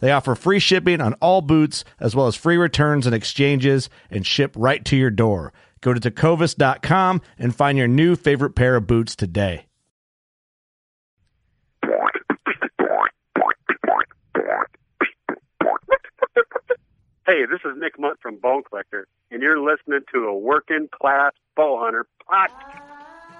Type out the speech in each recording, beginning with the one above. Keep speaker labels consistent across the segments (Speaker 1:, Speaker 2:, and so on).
Speaker 1: They offer free shipping on all boots, as well as free returns and exchanges, and ship right to your door. Go to tecovas.com and find your new favorite pair of boots today.
Speaker 2: Hey, this is Nick Munt from Bone Collector, and you're listening to a working class bow hunter podcast.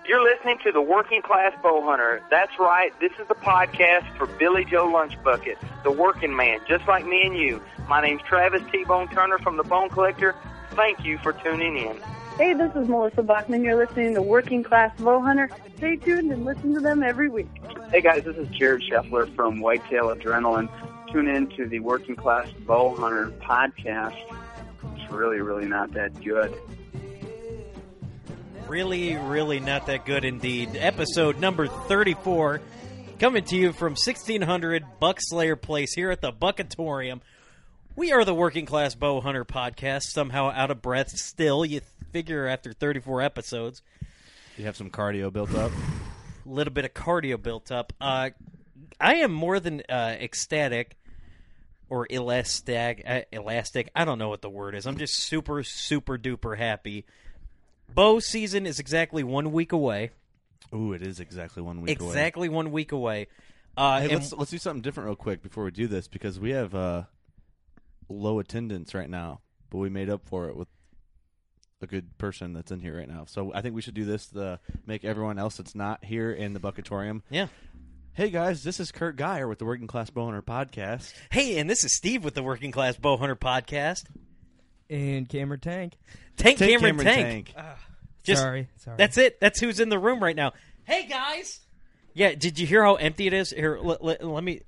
Speaker 3: You're listening to the Working Class Bow Hunter. That's right. This is the podcast for Billy Joe Lunchbucket, the working man, just like me and you. My name's Travis T Bone Turner from the Bone Collector. Thank you for tuning in.
Speaker 4: Hey, this is Melissa Bachman. You're listening to Working Class Bow Hunter. Stay tuned and listen to them every week.
Speaker 5: Hey guys, this is Jared Scheffler from Whitetail Adrenaline. Tune in to the Working Class Bow Hunter podcast. It's really, really not that good.
Speaker 6: Really, really not that good indeed. Episode number 34, coming to you from 1600 Buckslayer Place here at the Buckatorium. We are the Working Class Bow Hunter podcast, somehow out of breath still. You figure after 34 episodes,
Speaker 7: You have some cardio built up.
Speaker 6: a little bit of cardio built up. Uh, I am more than uh, ecstatic or elastic, uh, elastic. I don't know what the word is. I'm just super, super duper happy. Bow season is exactly one week away.
Speaker 7: Ooh, it is exactly one week away.
Speaker 6: exactly one week away. Uh,
Speaker 7: Hey,
Speaker 6: and-
Speaker 7: let's let's do something different real quick before we do this because we have uh, low attendance right now, but we made up for it with a good person that's in here right now. So I think we should do this to make everyone else that's not here in the Buckatorium.
Speaker 6: yeah.
Speaker 7: Hey guys, this is Kurt Geyer with the Working Class Boner podcast.
Speaker 6: Hey, and this is Steve with the Working Class Bow Hunter podcast.
Speaker 8: and Cameron Tank.
Speaker 6: Tank,
Speaker 7: Take
Speaker 6: Cameron, Tank. Uh, Just-
Speaker 8: sorry, sorry.
Speaker 6: That's it. That's who's in the room right now. Hey guys. Yeah. Did you hear how empty it is? Here, let, let, let me.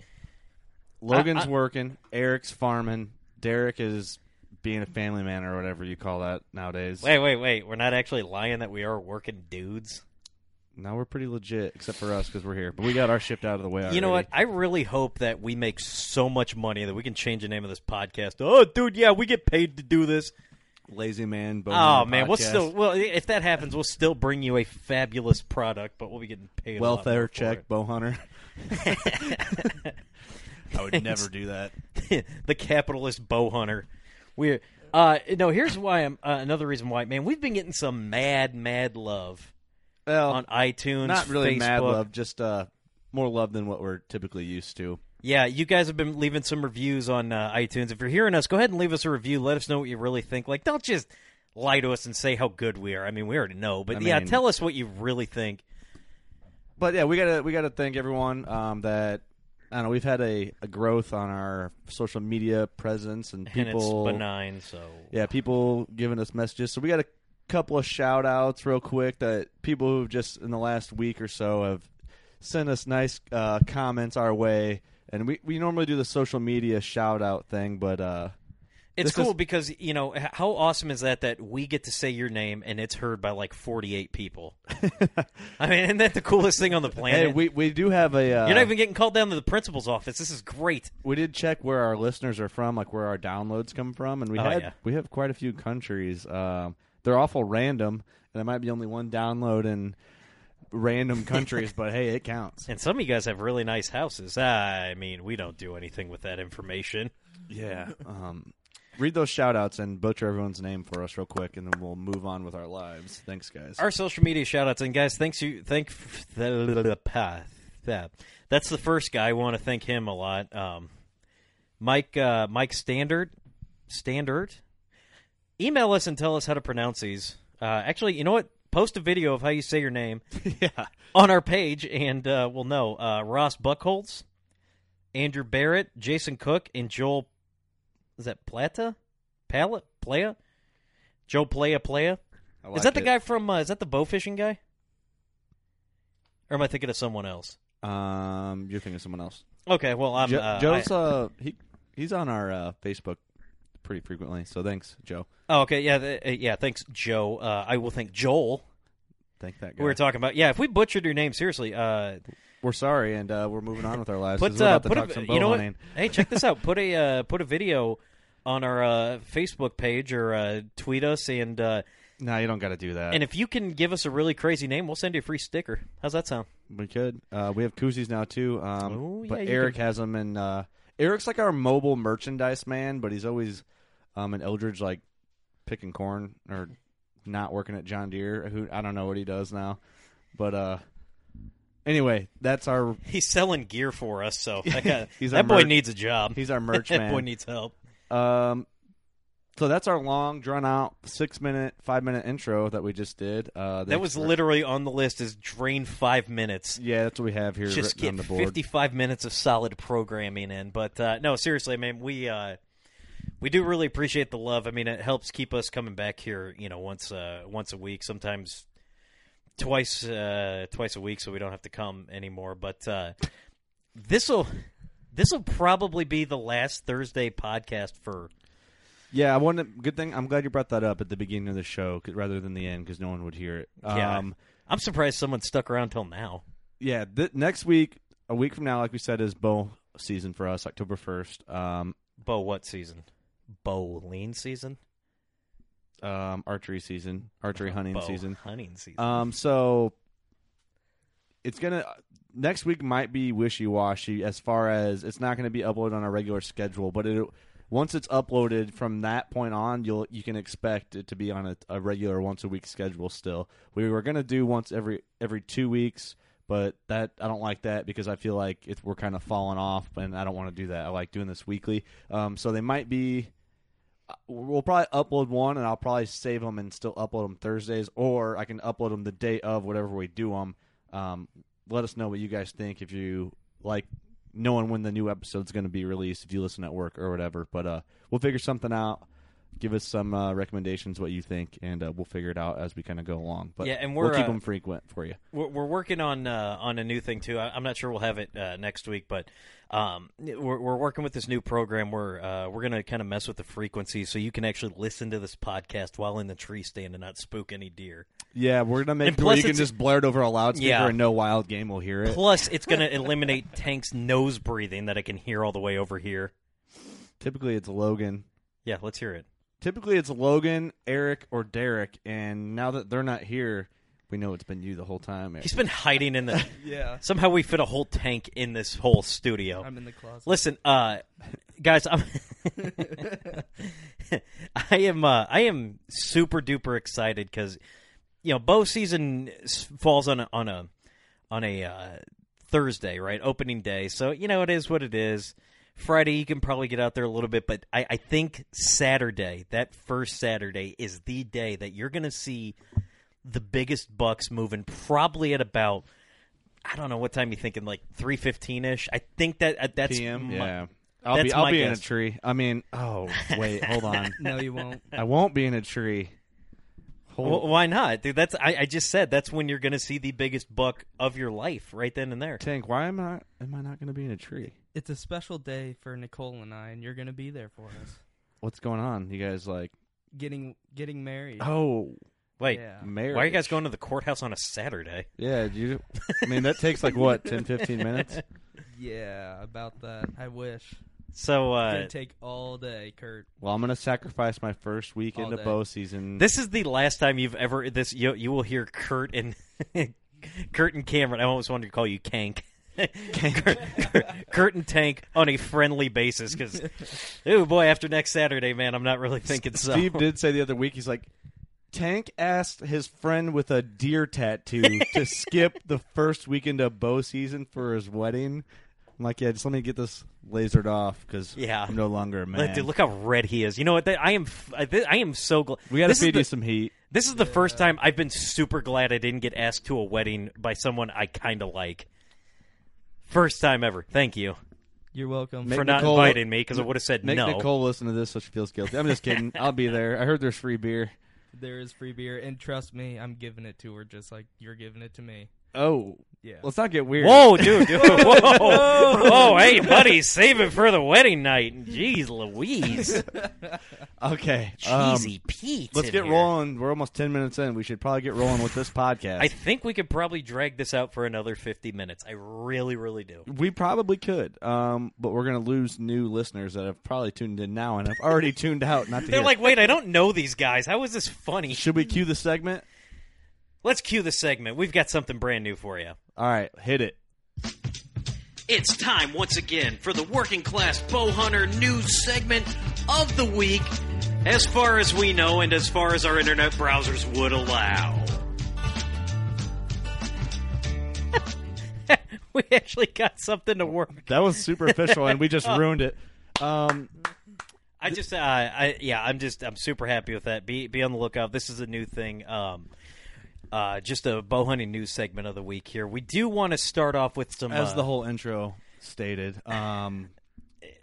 Speaker 7: Logan's
Speaker 6: I- I-
Speaker 7: working. Eric's farming. Derek is being a family man or whatever you call that nowadays.
Speaker 6: Wait, wait, wait. We're not actually lying that we are working dudes.
Speaker 7: Now we're pretty legit, except for us because we're here. But we got our shipped out of the way. Already.
Speaker 6: You know what? I really hope that we make so much money that we can change the name of this podcast. Oh, dude, yeah, we get paid to do this.
Speaker 7: Lazy man. Boner
Speaker 6: Oh man, we'll
Speaker 7: podcast.
Speaker 6: still well if that happens, we'll still bring you a fabulous product, but we'll be getting paid a lot more
Speaker 7: welfare
Speaker 6: for
Speaker 7: check,
Speaker 6: it.
Speaker 7: bow hunter. I would
Speaker 6: never
Speaker 7: do that.
Speaker 6: the capitalist bow hunter. We're uh no, here's why I'm uh, another reason why, man. We've been getting some mad, mad love
Speaker 7: Well,
Speaker 6: on iTunes,
Speaker 7: not really mad
Speaker 6: Facebook.
Speaker 7: love, just uh, more love than what we're typically used to.
Speaker 6: Yeah, you guys have been leaving some reviews on uh, iTunes. If you're hearing us, go ahead and leave us a review. Let us know what you really think. Like, don't just lie to us and say how good we are. I mean, we already know, but
Speaker 7: I
Speaker 6: yeah,
Speaker 7: mean-
Speaker 6: tell us what you really think.
Speaker 7: But yeah, we gotta we gotta thank everyone um, that I don't know. We've had a, a growth on our social media presence and
Speaker 6: And it's
Speaker 7: people
Speaker 6: benign, so
Speaker 7: yeah, people giving us messages. So we got a couple of shout outs real quick that people who've just in the last week or so have sent us nice uh, comments our way. And we, we normally do the social media shout out thing, but uh,
Speaker 6: It's
Speaker 7: This
Speaker 6: cool
Speaker 7: is-
Speaker 6: because you know h- how awesome is that that we get to say your name and it's heard by like 48 people. I mean, isn't that the coolest thing on the planet?
Speaker 7: Hey, we, we do have a. Uh,
Speaker 6: You're not even getting called down to the principal's office. This is great.
Speaker 7: we did check where our listeners are from, like where our downloads come from, and we
Speaker 6: Oh,
Speaker 7: had
Speaker 6: yeah.
Speaker 7: we have quite a few countries. Um, they're awful random, and there might be only one download in random countries, but hey, it counts.
Speaker 6: And some of you guys have really nice houses. I mean, we don't do anything with that information.
Speaker 7: Yeah. Um, read those shout outs and butcher everyone's name for us real quick, and then we'll move on with our lives. Thanks, guys.
Speaker 6: Our social media shout outs and guys, thanks you thank that. That's the first guy. I want to thank him a lot. Um, Mike uh, Mike Standard Standard. Email us and tell us how to pronounce these. Uh, actually, you know what? Post a video of how you say your name
Speaker 7: yeah.
Speaker 6: on our page, and uh, we'll know. Uh, Ross Buckholz, Andrew Barrett, Jason Cook, and Joel. Is that Plata? Pala? Playa? Joe Playa Playa?
Speaker 7: I
Speaker 6: is
Speaker 7: like
Speaker 6: that the
Speaker 7: it.
Speaker 6: guy from? Uh, is that the bow fishing guy? Or am I thinking of someone else?
Speaker 7: Um, you're thinking of someone else.
Speaker 6: Okay, well I'm.
Speaker 7: Jo-
Speaker 6: uh,
Speaker 7: Joe's
Speaker 6: I-
Speaker 7: uh, he he's on our uh, Facebook pretty frequently, so thanks, Joe.
Speaker 6: oh, okay, yeah, th- uh, yeah. Thanks, Joe. Uh, I will thank Joel.
Speaker 7: Thank that guy.
Speaker 6: We were talking about. Yeah, if we butchered your name, seriously. Uh,
Speaker 7: We're sorry, and uh, we're moving on with our lives. 'cause
Speaker 6: put
Speaker 7: we're
Speaker 6: uh,
Speaker 7: about to
Speaker 6: put
Speaker 7: talk
Speaker 6: a,
Speaker 7: some bow
Speaker 6: you know what?
Speaker 7: hunting.
Speaker 6: Hey, check this out. Put a uh, put a video on our uh, Facebook page or uh, tweet us, and uh,
Speaker 7: No, you don't got to do that.
Speaker 6: and if you can give us a really crazy name, we'll send you a free sticker. How's that sound?
Speaker 7: we could. Uh, we have koozies now too. Um,
Speaker 6: Oh, yeah,
Speaker 7: but
Speaker 6: you
Speaker 7: Eric
Speaker 6: can-
Speaker 7: has them, and uh, Eric's like our mobile merchandise man, but he's always um, an Eldridge like picking corn or not working at John Deere. Who I don't know what he does now, but uh, anyway, that's our
Speaker 6: He's selling gear for us, so I got,
Speaker 7: He's our
Speaker 6: that boy
Speaker 7: merch-
Speaker 6: needs a job.
Speaker 7: he's our merch
Speaker 6: that
Speaker 7: man.
Speaker 6: boy needs help.
Speaker 7: Um, so that's our long, drawn out, six minute, five minute intro that we just did. Uh,
Speaker 6: That was
Speaker 7: literally
Speaker 6: literally on the list as drain five minutes.
Speaker 7: yeah, that's what we have here written
Speaker 6: Just get
Speaker 7: on the board.
Speaker 6: 55 minutes of solid programming in. But uh, no, seriously, I mean, we uh, we do really appreciate the love. I mean, it helps keep us coming back here, you know, once uh, once a week, sometimes twice uh, twice a week, so we don't have to come anymore. But uh, this will this will probably be the last Thursday podcast for.
Speaker 7: Yeah, I wanted. Good thing. I'm glad you brought that up at the beginning of the show 'cause- rather than the end because no one would hear it.
Speaker 6: Yeah.
Speaker 7: Um,
Speaker 6: I'm surprised someone stuck around till now.
Speaker 7: yeah. Th- next week, a week from now, like we said, is bow season for us, October first. Um,
Speaker 6: Bo, what season? Bowling season.
Speaker 7: um, archery season, archery hunting
Speaker 6: Uh-huh, Bow
Speaker 7: season.
Speaker 6: Hunting season. Uh,
Speaker 7: Um, so it's gonna next week might be wishy washy as far as it's not gonna be uploaded on a regular schedule, but it once it's uploaded from that point on, you'll you can expect it to be on a, a regular once a week schedule. Still, we were gonna do once every every two weeks. But that I don't like that because I feel like it's, we're kind of falling off, and I don't want to do that. I like doing this weekly. Um, so they might be we'll probably upload one and I'll probably save them and still upload them Thursdays, or I can upload them the day of whatever we do them. Um, let us know what you guys think if you like knowing when the new episode's going to be released, if you listen at work or whatever. But uh, we'll figure something out. Give us some uh, recommendations what you think, and uh, we'll figure it out as we kind of go along. But
Speaker 6: Yeah, and
Speaker 7: we'll
Speaker 6: we're,
Speaker 7: keep
Speaker 6: uh,
Speaker 7: them frequent for you.
Speaker 6: We're, we're working on uh, on a new thing too. I, I'm not sure we'll have it uh, next week, but um, we're, we're working with this new program where uh, we're going to kind of mess with the frequency, so you can actually listen to this podcast while in the tree stand and not spook any deer.
Speaker 7: Yeah, we're gonna make
Speaker 6: And
Speaker 7: it where
Speaker 6: plus
Speaker 7: you can
Speaker 6: it's-
Speaker 7: just blare it over a loudspeaker,
Speaker 6: Yeah.
Speaker 7: and no wild game will hear it.
Speaker 6: Plus, it's going to eliminate Tank's nose breathing that I can hear all the way over here.
Speaker 7: Typically, it's Logan.
Speaker 6: Yeah, let's hear it.
Speaker 7: Typically, it's Logan, Eric, or Derek, and now that they're not here, we know it's been you the whole time. Eric.
Speaker 6: He's been hiding in the.
Speaker 8: Yeah.
Speaker 6: Somehow we fit a whole tank in this whole studio.
Speaker 8: I'm in the closet.
Speaker 6: Listen, uh, guys, I'm I am uh, I am super duper excited because you know bow season s- falls on a, on a on a uh, Thursday, right? Opening day, so you know it is what it is. Friday, you can probably get out there a little bit, but I, I think Saturday, that first Saturday, is the day that you're going to see the biggest bucks moving, probably at about. I don't know what time you thinking, like three fifteen ish. I think that uh, that's
Speaker 7: PM.
Speaker 6: my-
Speaker 7: yeah, I'll
Speaker 6: that's
Speaker 7: be I'll
Speaker 6: my
Speaker 7: be in
Speaker 6: guess.
Speaker 7: a tree. I mean, oh wait, hold on.
Speaker 8: no, you won't.
Speaker 7: I won't be in a tree. Hold.
Speaker 6: Well, why not, dude? That's I, I just said that's when you're going to see the biggest buck of your life, right then and there.
Speaker 7: Tank, why am I am I not going to be in a tree?
Speaker 8: It's a special day for Nicole and I, and you're going to be there for us.
Speaker 7: What's going on? You guys like?
Speaker 8: Getting getting married.
Speaker 7: Oh,
Speaker 6: Wait,
Speaker 8: Yeah.
Speaker 7: marriage.
Speaker 6: why are you guys going to the courthouse on a Saturday?
Speaker 7: Yeah, do you. I mean, that takes like what 10, 15 minutes.
Speaker 8: Yeah, about that. I wish.
Speaker 6: So
Speaker 8: Gonna
Speaker 6: uh,
Speaker 8: take all day, Kurt.
Speaker 7: Well, I'm gonna sacrifice my first weekend
Speaker 8: All
Speaker 7: of
Speaker 8: day.
Speaker 7: bow season.
Speaker 6: this is the last time you've ever this. You, you will hear Kurt and Kurt and Cameron. I almost wanted to call you Kank. Kurt, Kurt, Kurt and Tank on a friendly basis because, oh boy, after next Saturday, man, I'm not really thinking so.
Speaker 7: Steve did say the other week. He's like, Tank asked his friend with a deer tattoo to skip the first weekend of bow season for his wedding. I'm like, yeah, just let me get this lasered off because
Speaker 6: Yeah.
Speaker 7: I'm no longer a man.
Speaker 6: Look, dude, look how red he is. You know what? That, I am. f- I thi- I am so glad.
Speaker 7: we got to
Speaker 6: this is
Speaker 7: feed
Speaker 6: the-
Speaker 7: you some heat.
Speaker 6: This is the first time I've been super glad I didn't get asked to a wedding by someone I kind of like. First time ever. Thank you
Speaker 8: You're welcome.
Speaker 7: Make
Speaker 6: for not
Speaker 7: Nicole-
Speaker 6: inviting me because I would have said
Speaker 7: Make
Speaker 6: no.
Speaker 7: Nicole listen to this so she feels guilty. I'm just kidding. I'll be there. I heard there's free beer.
Speaker 8: There is free beer, and trust me, I'm giving it to her just like you're giving it to me.
Speaker 7: Oh,
Speaker 8: Yeah.
Speaker 7: let's not get weird.
Speaker 6: Whoa, dude! dude. Whoa, whoa! Hey, buddy, save it for the wedding night. Jeez, Louise,
Speaker 7: Okay, um,
Speaker 6: cheesy Pete.
Speaker 7: let's
Speaker 6: in
Speaker 7: get
Speaker 6: here.
Speaker 7: rolling. We're almost ten minutes in. We should probably get rolling with this podcast.
Speaker 6: I think we could probably drag this out for another fifty minutes. I really, really do.
Speaker 7: We probably could, um, but we're going to lose new listeners that have probably tuned in now and have already tuned out. Not to
Speaker 6: They're
Speaker 7: hear.
Speaker 6: like, wait, I don't know these guys. How is this funny?
Speaker 7: should we cue the segment?
Speaker 6: Let's cue the segment. We've got something brand new for you.
Speaker 7: All right, hit it.
Speaker 6: It's time once again for the working class bow hunter news segment of the week, as far as we know and as far as our internet browsers would allow. we actually got something to work.
Speaker 7: That was superficial, and we just
Speaker 6: Oh.
Speaker 7: ruined it. Um,
Speaker 6: I just, uh, I yeah, I'm just, I'm super happy with that. Be be on the lookout. This is a new thing. Um, uh, just a bow hunting news segment of the week here. We do want to start off with some
Speaker 7: as
Speaker 6: uh,
Speaker 7: the whole intro stated, um,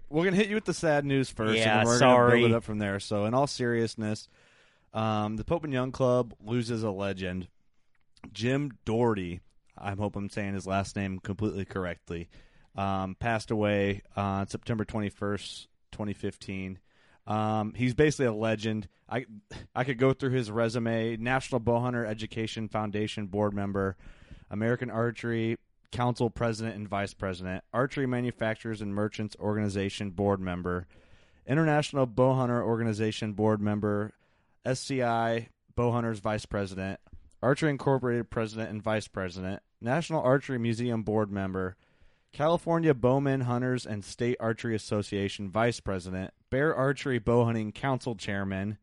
Speaker 7: we're going to hit you with the sad news first, and
Speaker 6: Yeah,
Speaker 7: then we're
Speaker 6: sorry.
Speaker 7: going to build it up from there. So, in all seriousness, um, the Pope and Young Club loses a legend, Jim Doherty. I hope I'm saying his last name completely correctly. Um, passed away on September 21st, 2015. Um, he's basically a legend. I I could go through his resume: National Bowhunter Education Foundation board member, American Archery Council president and vice president, Archery Manufacturers and Merchants Organization board member, International Bowhunter Organization board member, SCI Bowhunters vice president, Archery Incorporated president and vice president, National Archery Museum board member, California Bowmen Hunters and State Archery Association Vice President, Bear Archery Bowhunting Council Chairman,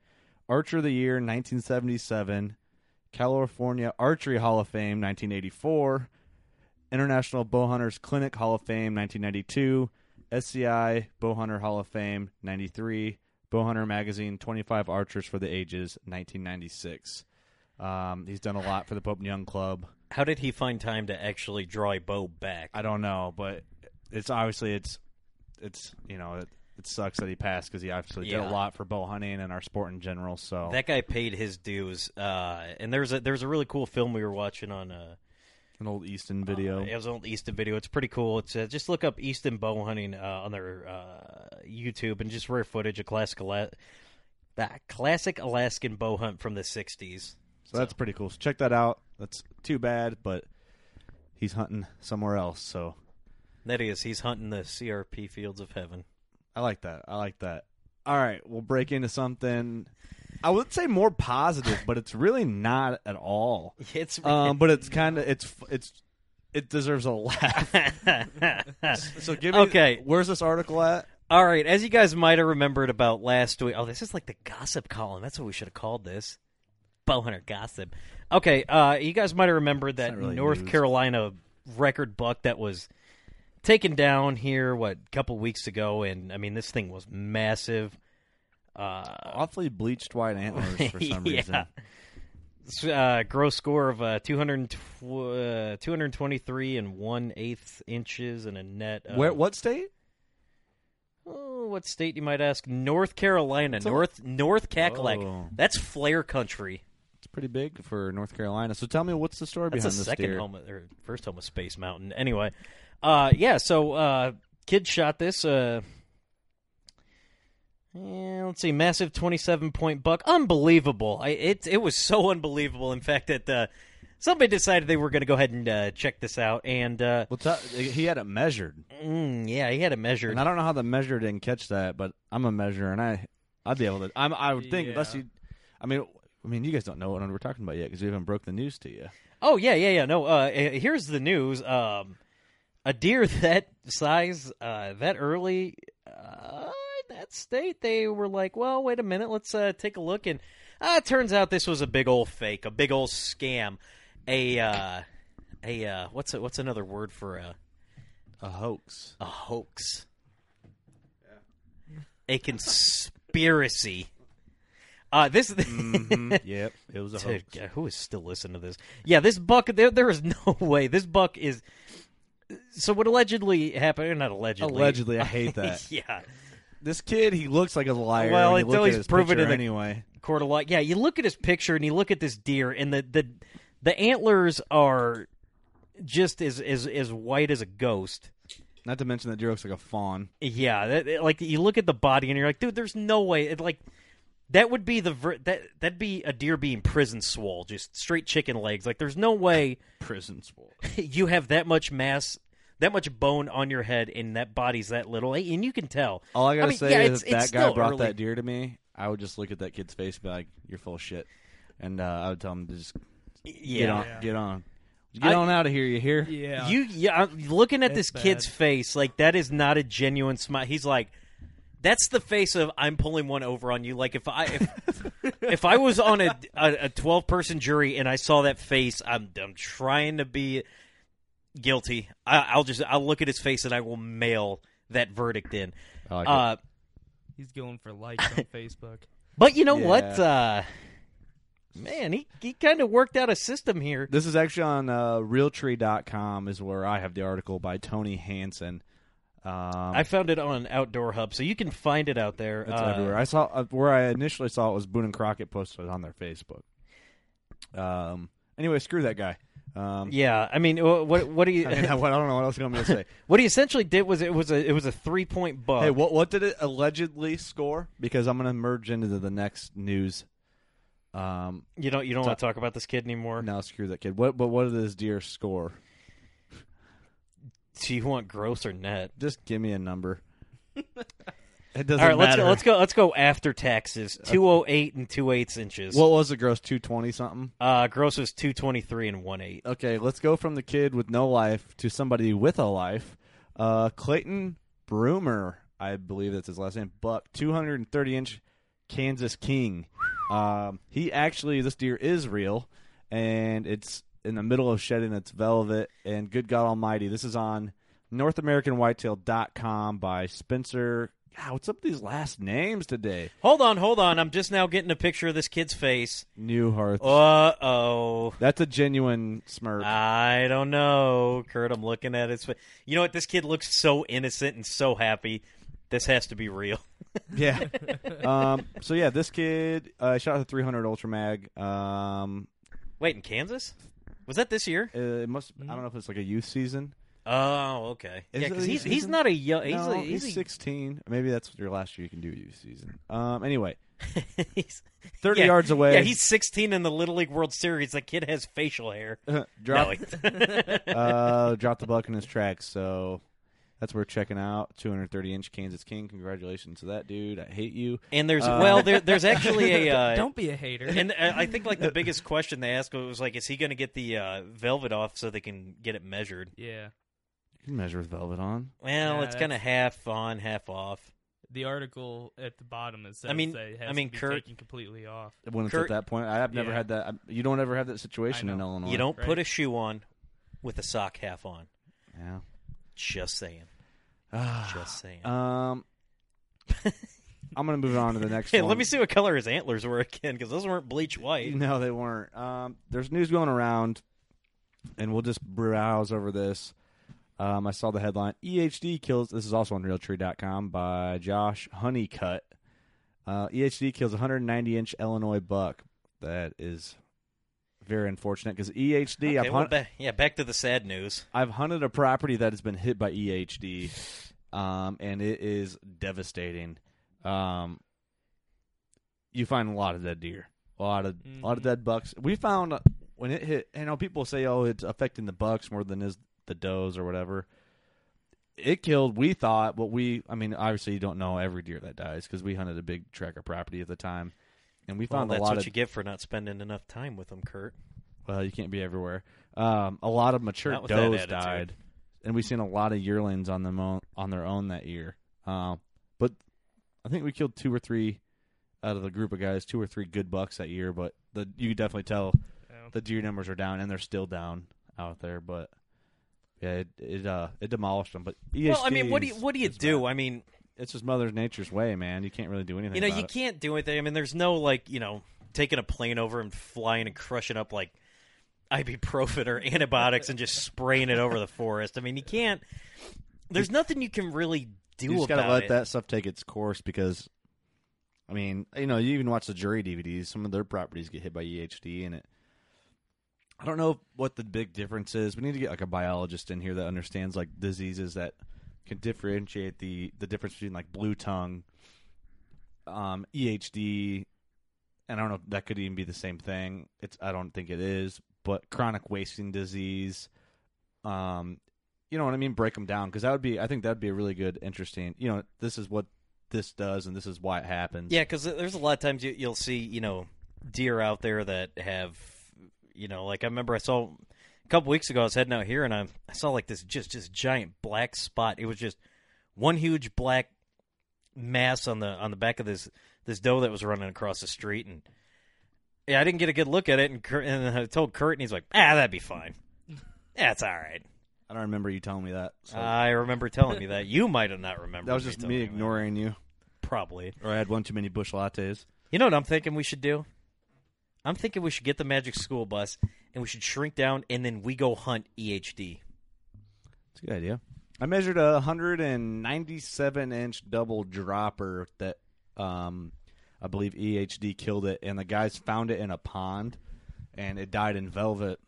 Speaker 7: Archer of the Year 1977, California Archery Hall of Fame 1984, International Bowhunters Clinic Hall of Fame 1992, SCI Bowhunter Hall of Fame 93, Bowhunter Magazine 25 Archers for the Ages 1996. Um, he's done a lot for the Pope and Young Club.
Speaker 6: How did he find time to actually draw a bow back?
Speaker 7: I don't know, but it's obviously it's it's you know it, it sucks that he passed because he obviously did
Speaker 6: Yeah.
Speaker 7: a lot for bow hunting and our sport in general. So
Speaker 6: That guy paid his dues. Uh, and there's a there's a really cool film we were watching on. Uh,
Speaker 7: an old Easton video.
Speaker 6: it was on Easton Video. It's pretty cool. It's uh, just look up Easton Bow Hunting uh, on their uh, YouTube and just rare footage of classic Ala- that classic Alaskan bow hunt from the '60s.
Speaker 7: so that's pretty cool. So check that out. That's too bad, but he's hunting somewhere else. So
Speaker 6: That is, he's hunting the CRP fields of heaven.
Speaker 7: I like that. I like that. All right, we'll break into something. I would say more positive, but it's really not at all.
Speaker 6: It's
Speaker 7: Um, but it's kind of it's it's it deserves a laugh. So give me
Speaker 6: Okay.
Speaker 7: Where's this article at?
Speaker 6: All right, as you guys might have remembered about last week. Oh, this is like the gossip column. That's what we should have called this. Bowhunter gossip. Okay, uh, you guys might have remembered that
Speaker 7: not really
Speaker 6: North
Speaker 7: news.
Speaker 6: Carolina record buck that was taken down here what a couple weeks ago, and I mean this thing was massive. Uh,
Speaker 7: awfully bleached white antlers for some
Speaker 6: yeah.
Speaker 7: reason.
Speaker 6: S- Uh, gross score of uh, 200, uh, 223 and one eighth inches and a net. Of,
Speaker 7: Where? What state?
Speaker 6: Oh, what state you might ask? North Carolina,
Speaker 7: a-
Speaker 6: North North Cackalack.
Speaker 7: Oh.
Speaker 6: That's Flair country.
Speaker 7: It's pretty big for North Carolina. So tell me, what's the story
Speaker 6: That's a
Speaker 7: behind this
Speaker 6: second
Speaker 7: deer?
Speaker 6: home or first home of Space Mountain. Anyway, uh, yeah. So uh, kid shot this. Uh, Yeah, let's see, massive twenty-seven point buck, unbelievable! I, it it was so unbelievable. In fact, that uh, somebody decided they were going to go ahead and uh, check this out, and uh,
Speaker 7: Well, t- he had it measured,
Speaker 6: mm, yeah, he had it measured.
Speaker 7: and I don't know how the measure didn't catch that, but I'm a measurer, and I I'd be able to. I'm, I would think unless
Speaker 8: Yeah.
Speaker 7: you, I mean, I mean, you guys don't know what we're talking about yet because we haven't broke the news to you.
Speaker 6: Oh yeah, yeah, yeah. No, uh, eh, here's the news. Um, a deer that size, uh, that early, uh, in that state, they were like, well, wait a minute, let's uh, take a look, and uh, it turns out this was a big old fake, a big old scam, a uh, a uh, what's a, what's another word for a
Speaker 7: A hoax.
Speaker 6: a hoax, a conspiracy. Uh, this Mm-hmm.
Speaker 7: yep, it was a
Speaker 6: to-
Speaker 7: hoax.
Speaker 6: God, who is still listening to this? Yeah, this buck. There, there is no way. This buck is. So what allegedly happened? or Not allegedly.
Speaker 7: Allegedly, I hate that.
Speaker 6: yeah.
Speaker 7: this kid, he looks like a liar.
Speaker 6: Well,
Speaker 7: when you
Speaker 6: until
Speaker 7: look at
Speaker 6: he's
Speaker 7: his
Speaker 6: proven
Speaker 7: picture
Speaker 6: it a-
Speaker 7: anyway.
Speaker 6: Court of law. Yeah, you look at his picture and you look at this deer, and the the the antlers are just as as as white as a ghost.
Speaker 7: Not to mention that deer looks like a fawn.
Speaker 6: Yeah, that, it- like you look at the body and you're like, dude, there's no way. It, like that would be the ver- that that'd be a deer being prison swole, just straight chicken legs. Like there's no way.
Speaker 7: Prison sport.
Speaker 6: you have that much mass, that much bone on your head, and that body's that little, Eh, and you can tell.
Speaker 7: All I gotta
Speaker 6: mean,
Speaker 7: say
Speaker 6: yeah,
Speaker 7: is
Speaker 6: it's-
Speaker 7: if that
Speaker 6: it's
Speaker 7: guy
Speaker 6: still
Speaker 7: brought
Speaker 6: early.
Speaker 7: that deer to me, I would just look at that kid's face and be like, "You're full of shit," and uh, I would tell him to just get
Speaker 6: Yeah,
Speaker 7: on, get on, get
Speaker 6: I-
Speaker 7: on out of here. You hear?
Speaker 8: Yeah.
Speaker 6: you. Yeah, I'm looking at
Speaker 8: It's
Speaker 6: this kid's
Speaker 8: bad.
Speaker 6: face, like that is not a genuine smile. He's like, that's the face of I'm pulling one over on you. Like if I if, if I was on a a twelve person jury and I saw that face, I'm I'm trying to be guilty. I, I'll just I'll look at his face and I will mail that verdict in.
Speaker 7: I like it.
Speaker 6: uh,
Speaker 8: He's going for likes on Facebook.
Speaker 6: But you know
Speaker 7: Yeah.
Speaker 6: what? Uh, man, he, he kind of worked out a system here.
Speaker 7: This is actually on uh, Realtree.com is where I have the article by Tony Hansen. Um,
Speaker 6: I found it on Outdoor Hub, so you can find it out there.
Speaker 7: it's
Speaker 6: Uh,
Speaker 7: everywhere. I saw uh, where I initially saw it was Boone and Crockett posted it on their Facebook. Um. Anyway, screw that guy. Um,
Speaker 6: Yeah, I mean, wh- what what do you
Speaker 7: I, mean, I, I don't know what else I'm going to say.
Speaker 6: what he essentially did was it was a it was a three point bug.
Speaker 7: Hey, what what did it allegedly score? Because I'm going to merge into the next news. Um,
Speaker 6: you don't you don't want to talk about this kid anymore.
Speaker 7: now screw that kid. What but what did this deer score?
Speaker 6: Do you want gross or net?
Speaker 7: Just give me a number. It doesn't
Speaker 6: All right, let's
Speaker 7: matter.
Speaker 6: go, let's go let's go after taxes. Two oh eight and two eighths inches.
Speaker 7: What was the gross? Two twenty something.
Speaker 6: uh, gross was two twenty three and one eight.
Speaker 7: Okay, let's go from the kid with no life to somebody with a life. Uh, Clayton Broomer, I believe that's his last name. Buck, two hundred and thirty inch Kansas King. Um, he actually, this deer is real, and it's in the middle of shedding its velvet. And good God Almighty, this is on NorthAmericanWhitetail.com by Spencer. God, what's up with these last names today?
Speaker 6: Hold on, hold on. I'm just now getting a picture of this kid's face.
Speaker 7: Newhart.
Speaker 6: Uh oh.
Speaker 7: that's a genuine
Speaker 6: Ah.
Speaker 7: smirk.
Speaker 6: I don't know, Kurt. I'm looking at his. fa- You know what? This kid looks so innocent and so happy. This has to be real.
Speaker 7: Yeah. um, so yeah, this kid uh, shot a 300 Ultra Mag. Um,
Speaker 6: Wait, in Kansas? Was that this year?
Speaker 7: uh, it must.
Speaker 6: Mm.
Speaker 7: I don't know if it's like a youth season.
Speaker 6: Oh, okay.
Speaker 7: Is
Speaker 6: yeah,
Speaker 7: it
Speaker 6: because
Speaker 7: a
Speaker 6: he's he's
Speaker 7: season?
Speaker 6: not a young. He's
Speaker 7: no,
Speaker 6: a,
Speaker 7: he's,
Speaker 6: he's, a-
Speaker 7: 16. Maybe that's your last year you can do youth season. Um, anyway,
Speaker 6: he's-
Speaker 7: 30
Speaker 6: yeah,
Speaker 7: yards away.
Speaker 6: Yeah, he's 16 in the Little League World Series. That kid has facial hair. No,
Speaker 7: dropped
Speaker 6: he doesn't.
Speaker 7: uh, dropped the buck in his tracks. So that's worth checking out. 230 inch Kansas King. Congratulations to that dude. I hate you.
Speaker 6: and there's
Speaker 7: Uh,
Speaker 6: well, there, there's actually a uh,
Speaker 8: Don't be a hater.
Speaker 6: And uh, I think like the biggest question they asked was like, is he going to get the uh, velvet off so they can get it measured?
Speaker 8: yeah.
Speaker 7: You can measure with velvet on.
Speaker 6: Well,
Speaker 8: Yeah,
Speaker 6: it's kind of half on, half off.
Speaker 8: The article at the bottom is.
Speaker 6: I mean-
Speaker 8: they
Speaker 6: I mean,
Speaker 8: to be
Speaker 6: Kurt-
Speaker 8: taken completely off.
Speaker 7: When it's
Speaker 6: Kurt-
Speaker 7: at that point, I have never
Speaker 8: Yeah.
Speaker 7: had that. I- You don't ever have that situation
Speaker 8: I
Speaker 7: in
Speaker 8: know.
Speaker 7: Illinois.
Speaker 6: You don't put
Speaker 8: Right.
Speaker 6: a shoe on with a sock half on.
Speaker 7: Yeah.
Speaker 6: Just saying.
Speaker 7: Ah.
Speaker 6: Just saying.
Speaker 7: Um, I'm gonna move on to the next.
Speaker 6: hey,
Speaker 7: one.
Speaker 6: let me see what color his antlers were again, because those weren't bleach white.
Speaker 7: No, they weren't. Um, there's news going around, and we'll just browse over this. Um, I saw the headline: EHD kills. This is also on Realtree.com by Josh Honeycutt. Uh, EHD kills 190 inch Illinois buck. That is very unfortunate E because EHD.
Speaker 6: Okay,
Speaker 7: I've,
Speaker 6: well,
Speaker 7: hunt-
Speaker 6: ba- yeah, back to the sad news.
Speaker 7: I've hunted a property that has been E hit by EHD, um, and it is devastating. Um, you find a lot of dead deer, a lot of a
Speaker 6: Mm-hmm.
Speaker 7: lot of dead bucks. We found uh, when it hit, you know, people say, oh, it's affecting the bucks more than is the does or whatever. It killed. We thought what we, I mean, obviously you don't know every deer that dies because we hunted a big tracker property at the time, and we
Speaker 6: Well,
Speaker 7: found
Speaker 6: that's
Speaker 7: a lot
Speaker 6: what
Speaker 7: of.
Speaker 6: you get for not spending enough time with them, Kurt.
Speaker 7: well, you can't be everywhere. Um, a lot of mature
Speaker 6: Not with that
Speaker 7: does
Speaker 6: attitude.
Speaker 7: died, and we seen a lot of yearlings on them own, on their own that year. Um, but I think we killed two or three out of the group of guys, two or three good bucks that year. But the you could definitely tell
Speaker 8: Yeah.
Speaker 7: the deer numbers are down, and they're still down out there. But yeah, it it, uh, it demolished them. But
Speaker 6: Well, I mean, what do you
Speaker 7: ESGs
Speaker 6: what do you
Speaker 7: E is
Speaker 6: do?
Speaker 7: bad.
Speaker 6: I mean,
Speaker 7: It's just Mother Nature's way, man. You can't really do anything.
Speaker 6: you know,
Speaker 7: about
Speaker 6: you
Speaker 7: it.
Speaker 6: can't do anything. I mean, there's no like, you know, taking a plane over and flying and crushing up like ibuprofen or antibiotics and just spraying it over the forest. I mean, you can't. There's nothing you can really do
Speaker 7: you just
Speaker 6: about
Speaker 7: gotta let
Speaker 6: it.
Speaker 7: that stuff take its course because i mean you know you even watch the jury dvds some of their properties get hit by ehd and it i don't know what the big difference is we need to get like a biologist in here that understands like diseases that can differentiate the the difference between like blue tongue um ehd and i don't know if that could even be the same thing it's i don't think it is but chronic wasting disease um you know what I mean? Break them down because that would be, I think that would be a really good, interesting. You know, this is what this does, and this is why it happens.
Speaker 6: Yeah, because there's a lot of times you, you'll see, you know, deer out there that have, you know, like I remember I saw a couple weeks ago. I was heading out here and I, I saw like this just just giant black spot. It was just one huge black mass on the on the back of this this doe that was running across the street, and yeah, I didn't get a good look at it. And, Kurt, and I told Kurt, and he's like, "Ah, that'd be fine. That's all right."
Speaker 7: I don't remember you telling me that. So
Speaker 6: I remember telling you that. You might have not remembered.
Speaker 7: that was just
Speaker 6: telling
Speaker 7: me
Speaker 6: you that.
Speaker 7: ignoring you,
Speaker 6: Probably.
Speaker 7: or I had one too many bush lattes.
Speaker 6: You know what I'm thinking we should do? I'm thinking we should get the magic school bus and we should shrink down and then we go hunt E EHD.
Speaker 7: It's a good idea. I measured a 197 inch double dropper that um, I believe EHD killed it, and the guys found it in a pond, and it died in velvet.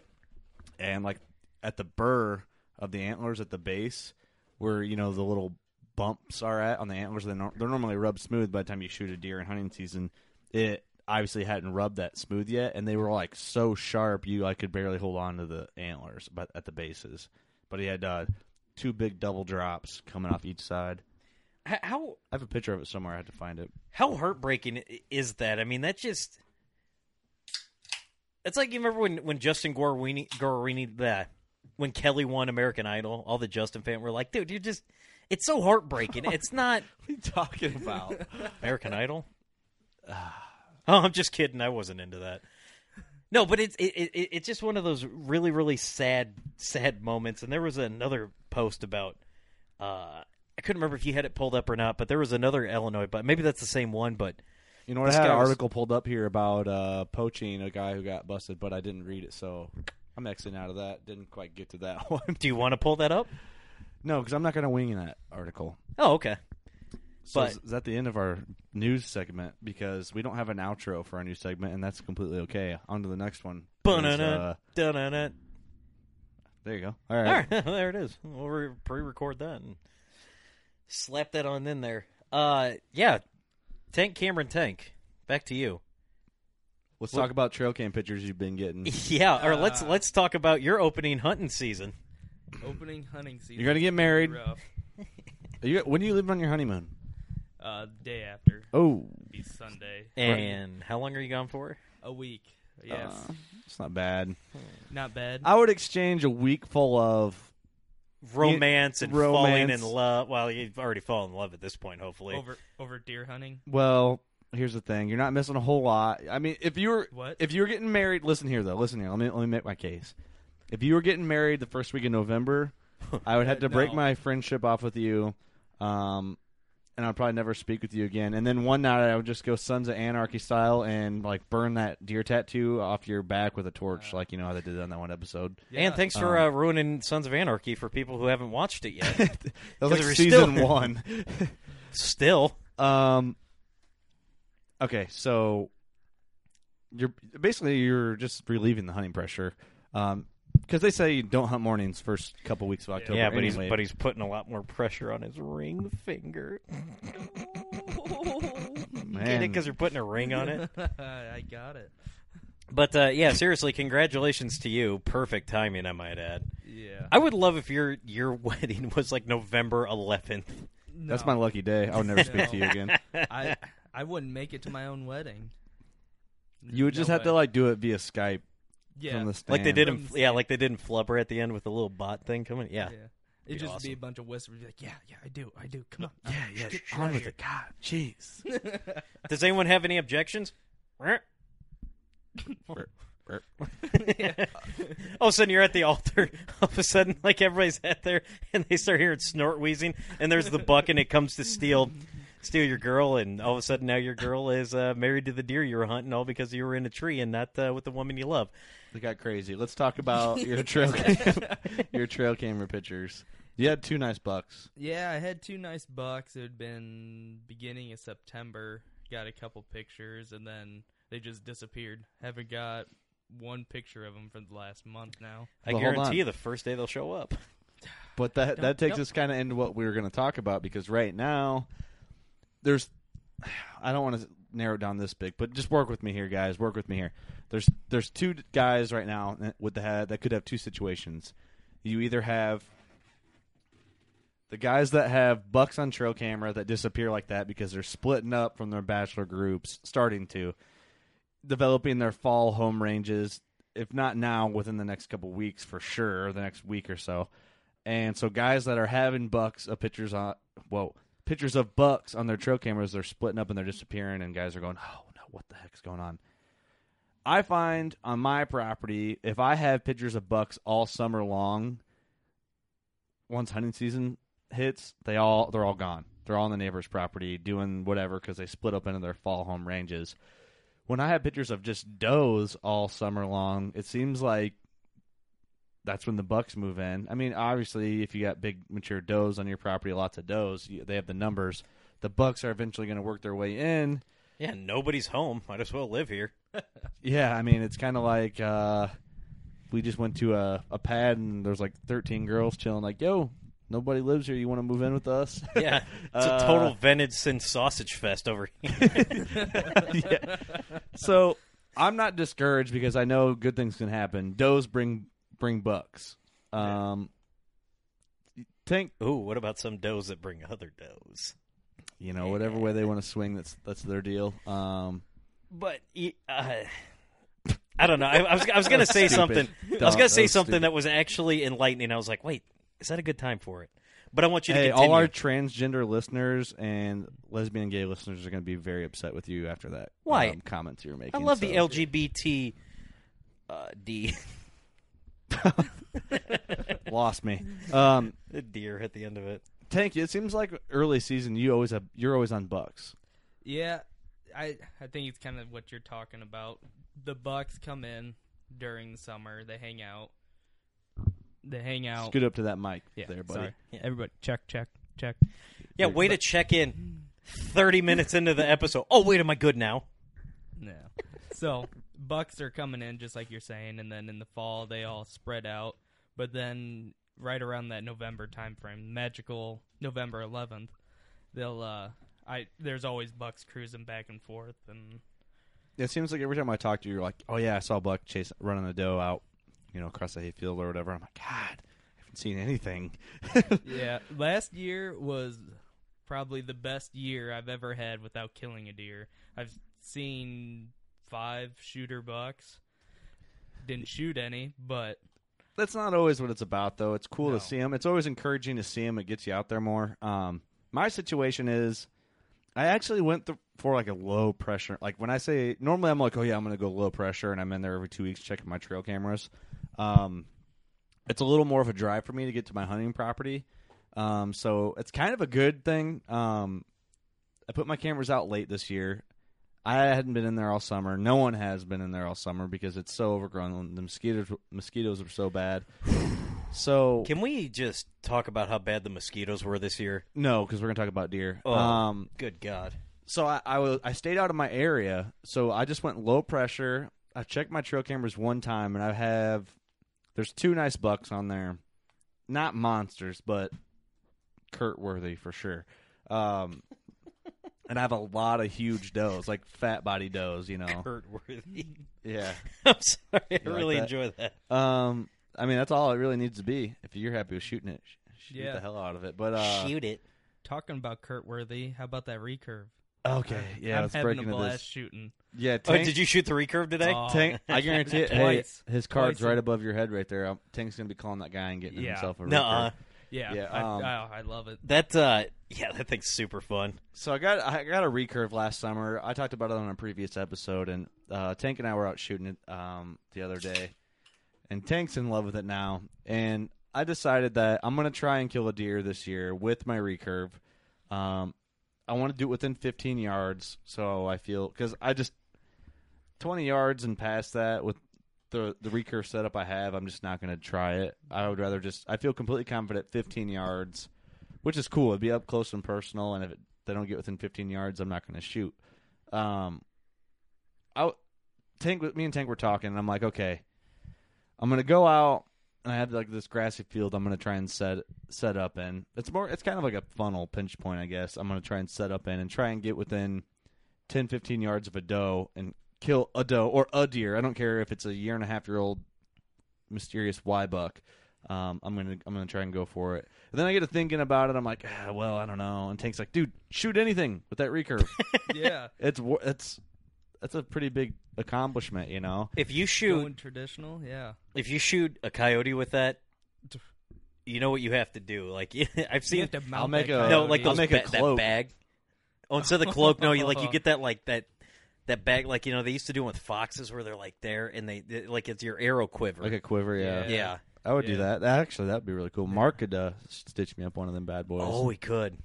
Speaker 7: And like at the burr of the antlers at the base, where you know the little bumps are at on the antlers, they're, nor- they're normally rubbed smooth by the time you shoot a deer in hunting season. It obviously hadn't rubbed that smooth yet, and they were like so sharp you I could barely hold on to the antlers, but at the bases. But he had uh, two big double drops coming off each side.
Speaker 6: H- How
Speaker 7: I have a picture of it somewhere. I had to find it.
Speaker 6: how heartbreaking i- is that? I mean, that just It's like you remember when when Justin Guarini Guarini that when Kelly won American Idol, all the Justin fans were like, "Dude, you're just it's so heartbreaking. It's not
Speaker 7: What are you talking about?
Speaker 6: American Idol. oh, I'm just kidding. I wasn't into that. No, but it's it, it, it- it's just one of those really really sad sad moments. And there was another post about uh, I couldn't remember if you had it pulled up or not, but there was another Illinois, but maybe that's the same one. But
Speaker 7: you know what?
Speaker 6: This
Speaker 7: I had an
Speaker 6: guy was-
Speaker 7: article pulled up here about uh, poaching a guy who got busted, but I didn't read it, so I'm exiting out of that. Didn't quite get to that one.
Speaker 6: do you want to pull that up?
Speaker 7: no, because I'm not going to wing that article.
Speaker 6: Oh, okay.
Speaker 7: So
Speaker 6: But-
Speaker 7: is is that the end of our news segment? Because we don't have an outro for our new segment, and that's completely okay. On to the next one. Is,
Speaker 6: Ba-na-na,
Speaker 7: uh,
Speaker 6: da-na-na.
Speaker 7: there you go. All right.
Speaker 6: All right, there it is. We'll re- pre-record that and slap that on in there. Uh, yeah, Tank Cameron Tank. Back to you.
Speaker 7: Let's
Speaker 6: Well-
Speaker 7: talk about trail cam pictures you've been getting.
Speaker 6: Yeah, or let's let's talk about your opening hunting season.
Speaker 8: Opening hunting season.
Speaker 7: You're gonna get married.
Speaker 8: Rough.
Speaker 7: Are you, when are you living on your honeymoon?
Speaker 8: Uh, day after.
Speaker 7: Oh,
Speaker 8: Be Sunday.
Speaker 6: And how long are you gone for?
Speaker 8: A week. Yes.
Speaker 7: Uh, it's not bad.
Speaker 8: Not bad.
Speaker 7: I would exchange a week full of
Speaker 6: Romance and falling in
Speaker 7: romance.
Speaker 6: love. Well, you've already fallen in love at this point, hopefully.
Speaker 8: over over deer hunting.
Speaker 7: well. Here's the thing: you're not missing a whole lot. I mean, if you were
Speaker 8: What?
Speaker 7: if you were getting married, listen here though. Listen here. Let me let me make my case. If you were getting married the first week in November, I would have to break
Speaker 8: No.
Speaker 7: my friendship off with you, um, and I'd probably never speak with you again. And then one night I would just go Sons of Anarchy style and like burn that deer tattoo off your back with a torch, like you know how they did on that one episode.
Speaker 6: And thanks for uh, ruining Sons of Anarchy for people who haven't watched it yet.
Speaker 7: That
Speaker 6: 'Cause
Speaker 7: was
Speaker 6: we're
Speaker 7: like season
Speaker 6: still-
Speaker 7: one.
Speaker 6: Still,
Speaker 7: Um. Okay, so you're basically you're just relieving the hunting pressure, um, because they say you don't hunt mornings first couple weeks of October.
Speaker 6: yeah, but he's
Speaker 7: anyway.
Speaker 6: but he's putting a lot more pressure on his ring finger. You get it
Speaker 7: Man.
Speaker 6: because you're putting a ring on it.
Speaker 8: I got it.
Speaker 6: But uh, yeah, seriously, congratulations to you. Perfect timing, I might add.
Speaker 8: Yeah.
Speaker 6: I would love if your your wedding was like November 11th.
Speaker 7: That's my
Speaker 8: No.
Speaker 7: lucky day. I would never speak to you again.
Speaker 8: I I wouldn't make it to my own wedding.
Speaker 7: You would just
Speaker 8: No
Speaker 7: have to
Speaker 8: way.
Speaker 7: like do it via Skype
Speaker 8: yeah,
Speaker 7: from the
Speaker 6: Like they
Speaker 7: stand.
Speaker 6: did in yeah, like they did in Flubber at the end with the little bot thing coming. Yeah,
Speaker 8: yeah.
Speaker 6: be
Speaker 8: It'd just
Speaker 6: awesome.
Speaker 8: be a bunch of whispers. Be like, yeah, yeah, I do, I do. Come on, yeah, yeah. Get
Speaker 6: on
Speaker 8: out
Speaker 6: with
Speaker 8: of
Speaker 6: it. Does anyone have any objections? All of a sudden, you're at the altar. All of a sudden, like everybody's at there, and they start hearing snort wheezing. And there's the buck, and it comes to steal, steal your girl. And all of a sudden, now your girl is uh, married to the deer you were hunting, all because you were in a tree and not uh, with the woman you love.
Speaker 7: They got crazy. Let's talk about your trail your trail camera pictures. You had two nice bucks.
Speaker 8: Yeah, I had two nice bucks. It had been beginning of September. Got a couple pictures, and then they just disappeared. Haven't got one picture of them for the last month now.
Speaker 6: I
Speaker 7: Well, hold on.
Speaker 6: guarantee you, the first day they'll show up.
Speaker 7: But that that takes
Speaker 8: don't-
Speaker 7: us kind of into what we were going to talk about because right now there's I don't want to narrow it down this big, but just work with me here, guys. Work with me here. There's there's two d- guys right now that- with the head that could have two situations. You either have the guys that have bucks on trail camera that disappear like that because they're splitting up from their bachelor groups, starting to developing their fall home ranges, if not now, within the next couple weeks for sure, or the next week or so. And so guys that are having bucks of pictures on whoa pictures of bucks on their trail cameras, they're splitting up and they're disappearing, and guys are going, oh no, what the heck's going on? I find on my property if I have pictures of bucks all summer long, once hunting season hits, they all they're all gone. They're all on the neighbor's property doing whatever because they split up into their fall home ranges. When I have pictures of just does all summer long, it seems like that's when the bucks move in. I mean, obviously, if you got big mature does on your property, lots of does, you, they have the numbers. The bucks are eventually going to work their way in.
Speaker 6: Yeah, nobody's home. Might as well live here.
Speaker 7: Yeah, I mean, it's kind of like uh, we just went to a, a pad and there's like 13 girls chilling. Like, yo, nobody lives here. You want to move in with us?
Speaker 6: Yeah, it's a
Speaker 7: Uh,
Speaker 6: total vintage and sausage fest over here.
Speaker 7: yeah. So I'm not discouraged because I know good things can happen. Does bring bring bucks. Um, Tank
Speaker 6: Ooh, what about some does that bring other does?
Speaker 7: you know, whatever way they want to swing, that's that's their deal. Um,
Speaker 6: But y- uh, I don't know. I, I was I was gonna say
Speaker 7: Stupid.
Speaker 6: something. I was
Speaker 7: Dumb.
Speaker 6: gonna
Speaker 7: That
Speaker 6: say
Speaker 7: was
Speaker 6: something
Speaker 7: stupid.
Speaker 6: that was actually enlightening. I was like, wait, is that a good time for it? But I want you to
Speaker 7: hey,
Speaker 6: continue.
Speaker 7: all our transgender listeners and lesbian and gay listeners are going to be very upset with you after that.
Speaker 6: Why?
Speaker 7: um, comments you're
Speaker 6: I
Speaker 7: making?
Speaker 6: love the
Speaker 7: so-
Speaker 6: LGBT uh, D
Speaker 7: Lost me. Um,
Speaker 6: the deer at the end of it.
Speaker 7: Tank, it seems like early season you always have you're always on bucks.
Speaker 8: Yeah, I I think it's kind of what you're talking about. The bucks come in during the summer. They hang out. They hang
Speaker 6: Oh.
Speaker 8: out.
Speaker 7: Scoot up to that mic
Speaker 8: yeah,
Speaker 7: there, buddy.
Speaker 8: sorry. Everybody, check, check, check.
Speaker 6: Yeah, way to check in. Thirty minutes into the episode. Oh wait, am I good now?
Speaker 8: No. so bucks are coming in just like you're saying, and then in the fall they all spread out. But then right around that November time frame, magical November 11th, they'll uh, I there's always bucks cruising back and forth, and
Speaker 7: It seems like every time I talk to you, you're like, "Oh yeah, I saw a buck chase running a doe out, you know, across the hayfield or whatever." I'm like, "God, I haven't seen anything."
Speaker 8: yeah, last year was probably the best year I've ever had without killing a deer. I've seen five shooter bucks. Didn't shoot any, but
Speaker 7: that's not always what it's about though it's cool
Speaker 8: No.
Speaker 7: to see them it's always encouraging to see them it gets you out there more um, my situation is i actually went th- for like a low pressure like when i say normally i'm like oh yeah i'm gonna go low pressure and i'm in there every two weeks checking my trail cameras um, it's a little more of a drive for me to get to my hunting property um, so it's kind of a good thing um, i put my cameras out late this year I hadn't been in there all summer. No one has been in there all summer because it's so overgrown. The mosquitoes mosquitoes are so bad. So
Speaker 6: Can we just talk about how bad the mosquitoes were this year?
Speaker 7: no, because we're gonna talk about deer.
Speaker 6: Oh,
Speaker 7: Um,
Speaker 6: good God.
Speaker 7: so I, I was I stayed out of my area, so I just went low pressure. I checked my trail cameras one time, and I have there's two nice bucks on there, not monsters, but Kurt worthy for sure. Um, and I have a lot of huge does, like fat body does, you know.
Speaker 6: Kurt Worthy.
Speaker 7: Yeah.
Speaker 6: I'm sorry.
Speaker 7: oh.
Speaker 6: I
Speaker 7: like
Speaker 6: really
Speaker 7: that?
Speaker 6: enjoy that.
Speaker 7: Um, I mean, that's all it really needs to be. If you're happy with shooting it, sh- shoot
Speaker 8: Yeah.
Speaker 7: the hell out of it. But uh,
Speaker 6: Shoot it.
Speaker 8: Talking about Kurt Worthy, how about that recurve?
Speaker 7: okay, yeah,
Speaker 8: I'm
Speaker 7: let's
Speaker 8: having
Speaker 7: break
Speaker 8: a
Speaker 7: into
Speaker 8: blast
Speaker 7: this.
Speaker 8: shooting.
Speaker 7: yeah,
Speaker 6: Oh,
Speaker 7: Tank,
Speaker 6: did you shoot the recurve today?
Speaker 8: Oh.
Speaker 7: Tank, I guarantee it. Hey,
Speaker 8: Twice.
Speaker 7: his card's
Speaker 8: Twice.
Speaker 7: right above your head, right there. Um, Tank's gonna be calling that guy and getting
Speaker 8: Yeah.
Speaker 7: himself a.
Speaker 6: Nuh-uh.
Speaker 7: record.
Speaker 8: Yeah,
Speaker 7: Yeah,
Speaker 8: I,
Speaker 7: um,
Speaker 8: oh, I love it.
Speaker 6: That uh, yeah, that thing's super fun.
Speaker 7: So I got I got a recurve last summer. I talked about it on a previous episode, and uh, Tank and I were out shooting it um, the other day, and Tank's in love with it now. And I decided that I'm gonna try and kill a deer this year with my recurve. Um, I want to do it within 15 yards, so I feel because I just 20 yards and past that with the the recurve setup I have, I'm just not gonna try it. I would rather just I feel completely confident 15 yards which is cool. It'd be up close and personal, and if it, they don't get within 15 yards, I'm not going to shoot. Um, I w- Tank, w- me and Tank were talking, and I'm like, okay, I'm going to go out, and I have like this grassy field. I'm going to try and set set up in. It's more, it's kind of like a funnel pinch point, I guess. I'm going to try and set up in and try and get within 10, 15 yards of a doe and kill a doe or a deer. I don't care if it's a year and a half year old mysterious Y buck. Um, I'm gonna I'm gonna try and go for it. And then I get to thinking about it. I'm like, ah, well, I don't know. And Tank's like, dude, shoot anything with that recurve.
Speaker 8: yeah,
Speaker 7: it's wor- it's that's a pretty big accomplishment, you know.
Speaker 6: If you shoot,
Speaker 8: going traditional. Yeah,
Speaker 6: if you shoot a coyote with that, you know what you have to do. Like I've
Speaker 8: you
Speaker 6: seen
Speaker 8: have to mount
Speaker 7: I'll make
Speaker 8: that
Speaker 7: a-
Speaker 6: no, like
Speaker 8: coyote.
Speaker 6: those
Speaker 7: I'll make a
Speaker 6: ba- that
Speaker 7: cloak.
Speaker 6: bag. Oh, instead of the cloak, no, you like you get that like that that bag like you know they used to do with foxes where they're like there and they, they- like it's your arrow quiver.
Speaker 7: Like a uh, quiver, yeah.
Speaker 6: yeah.
Speaker 7: I would do
Speaker 8: Yeah.
Speaker 7: that. That- Actually, that'd be really cool. Mark could uh, stitch me up one of them bad boys.
Speaker 6: Oh, we could.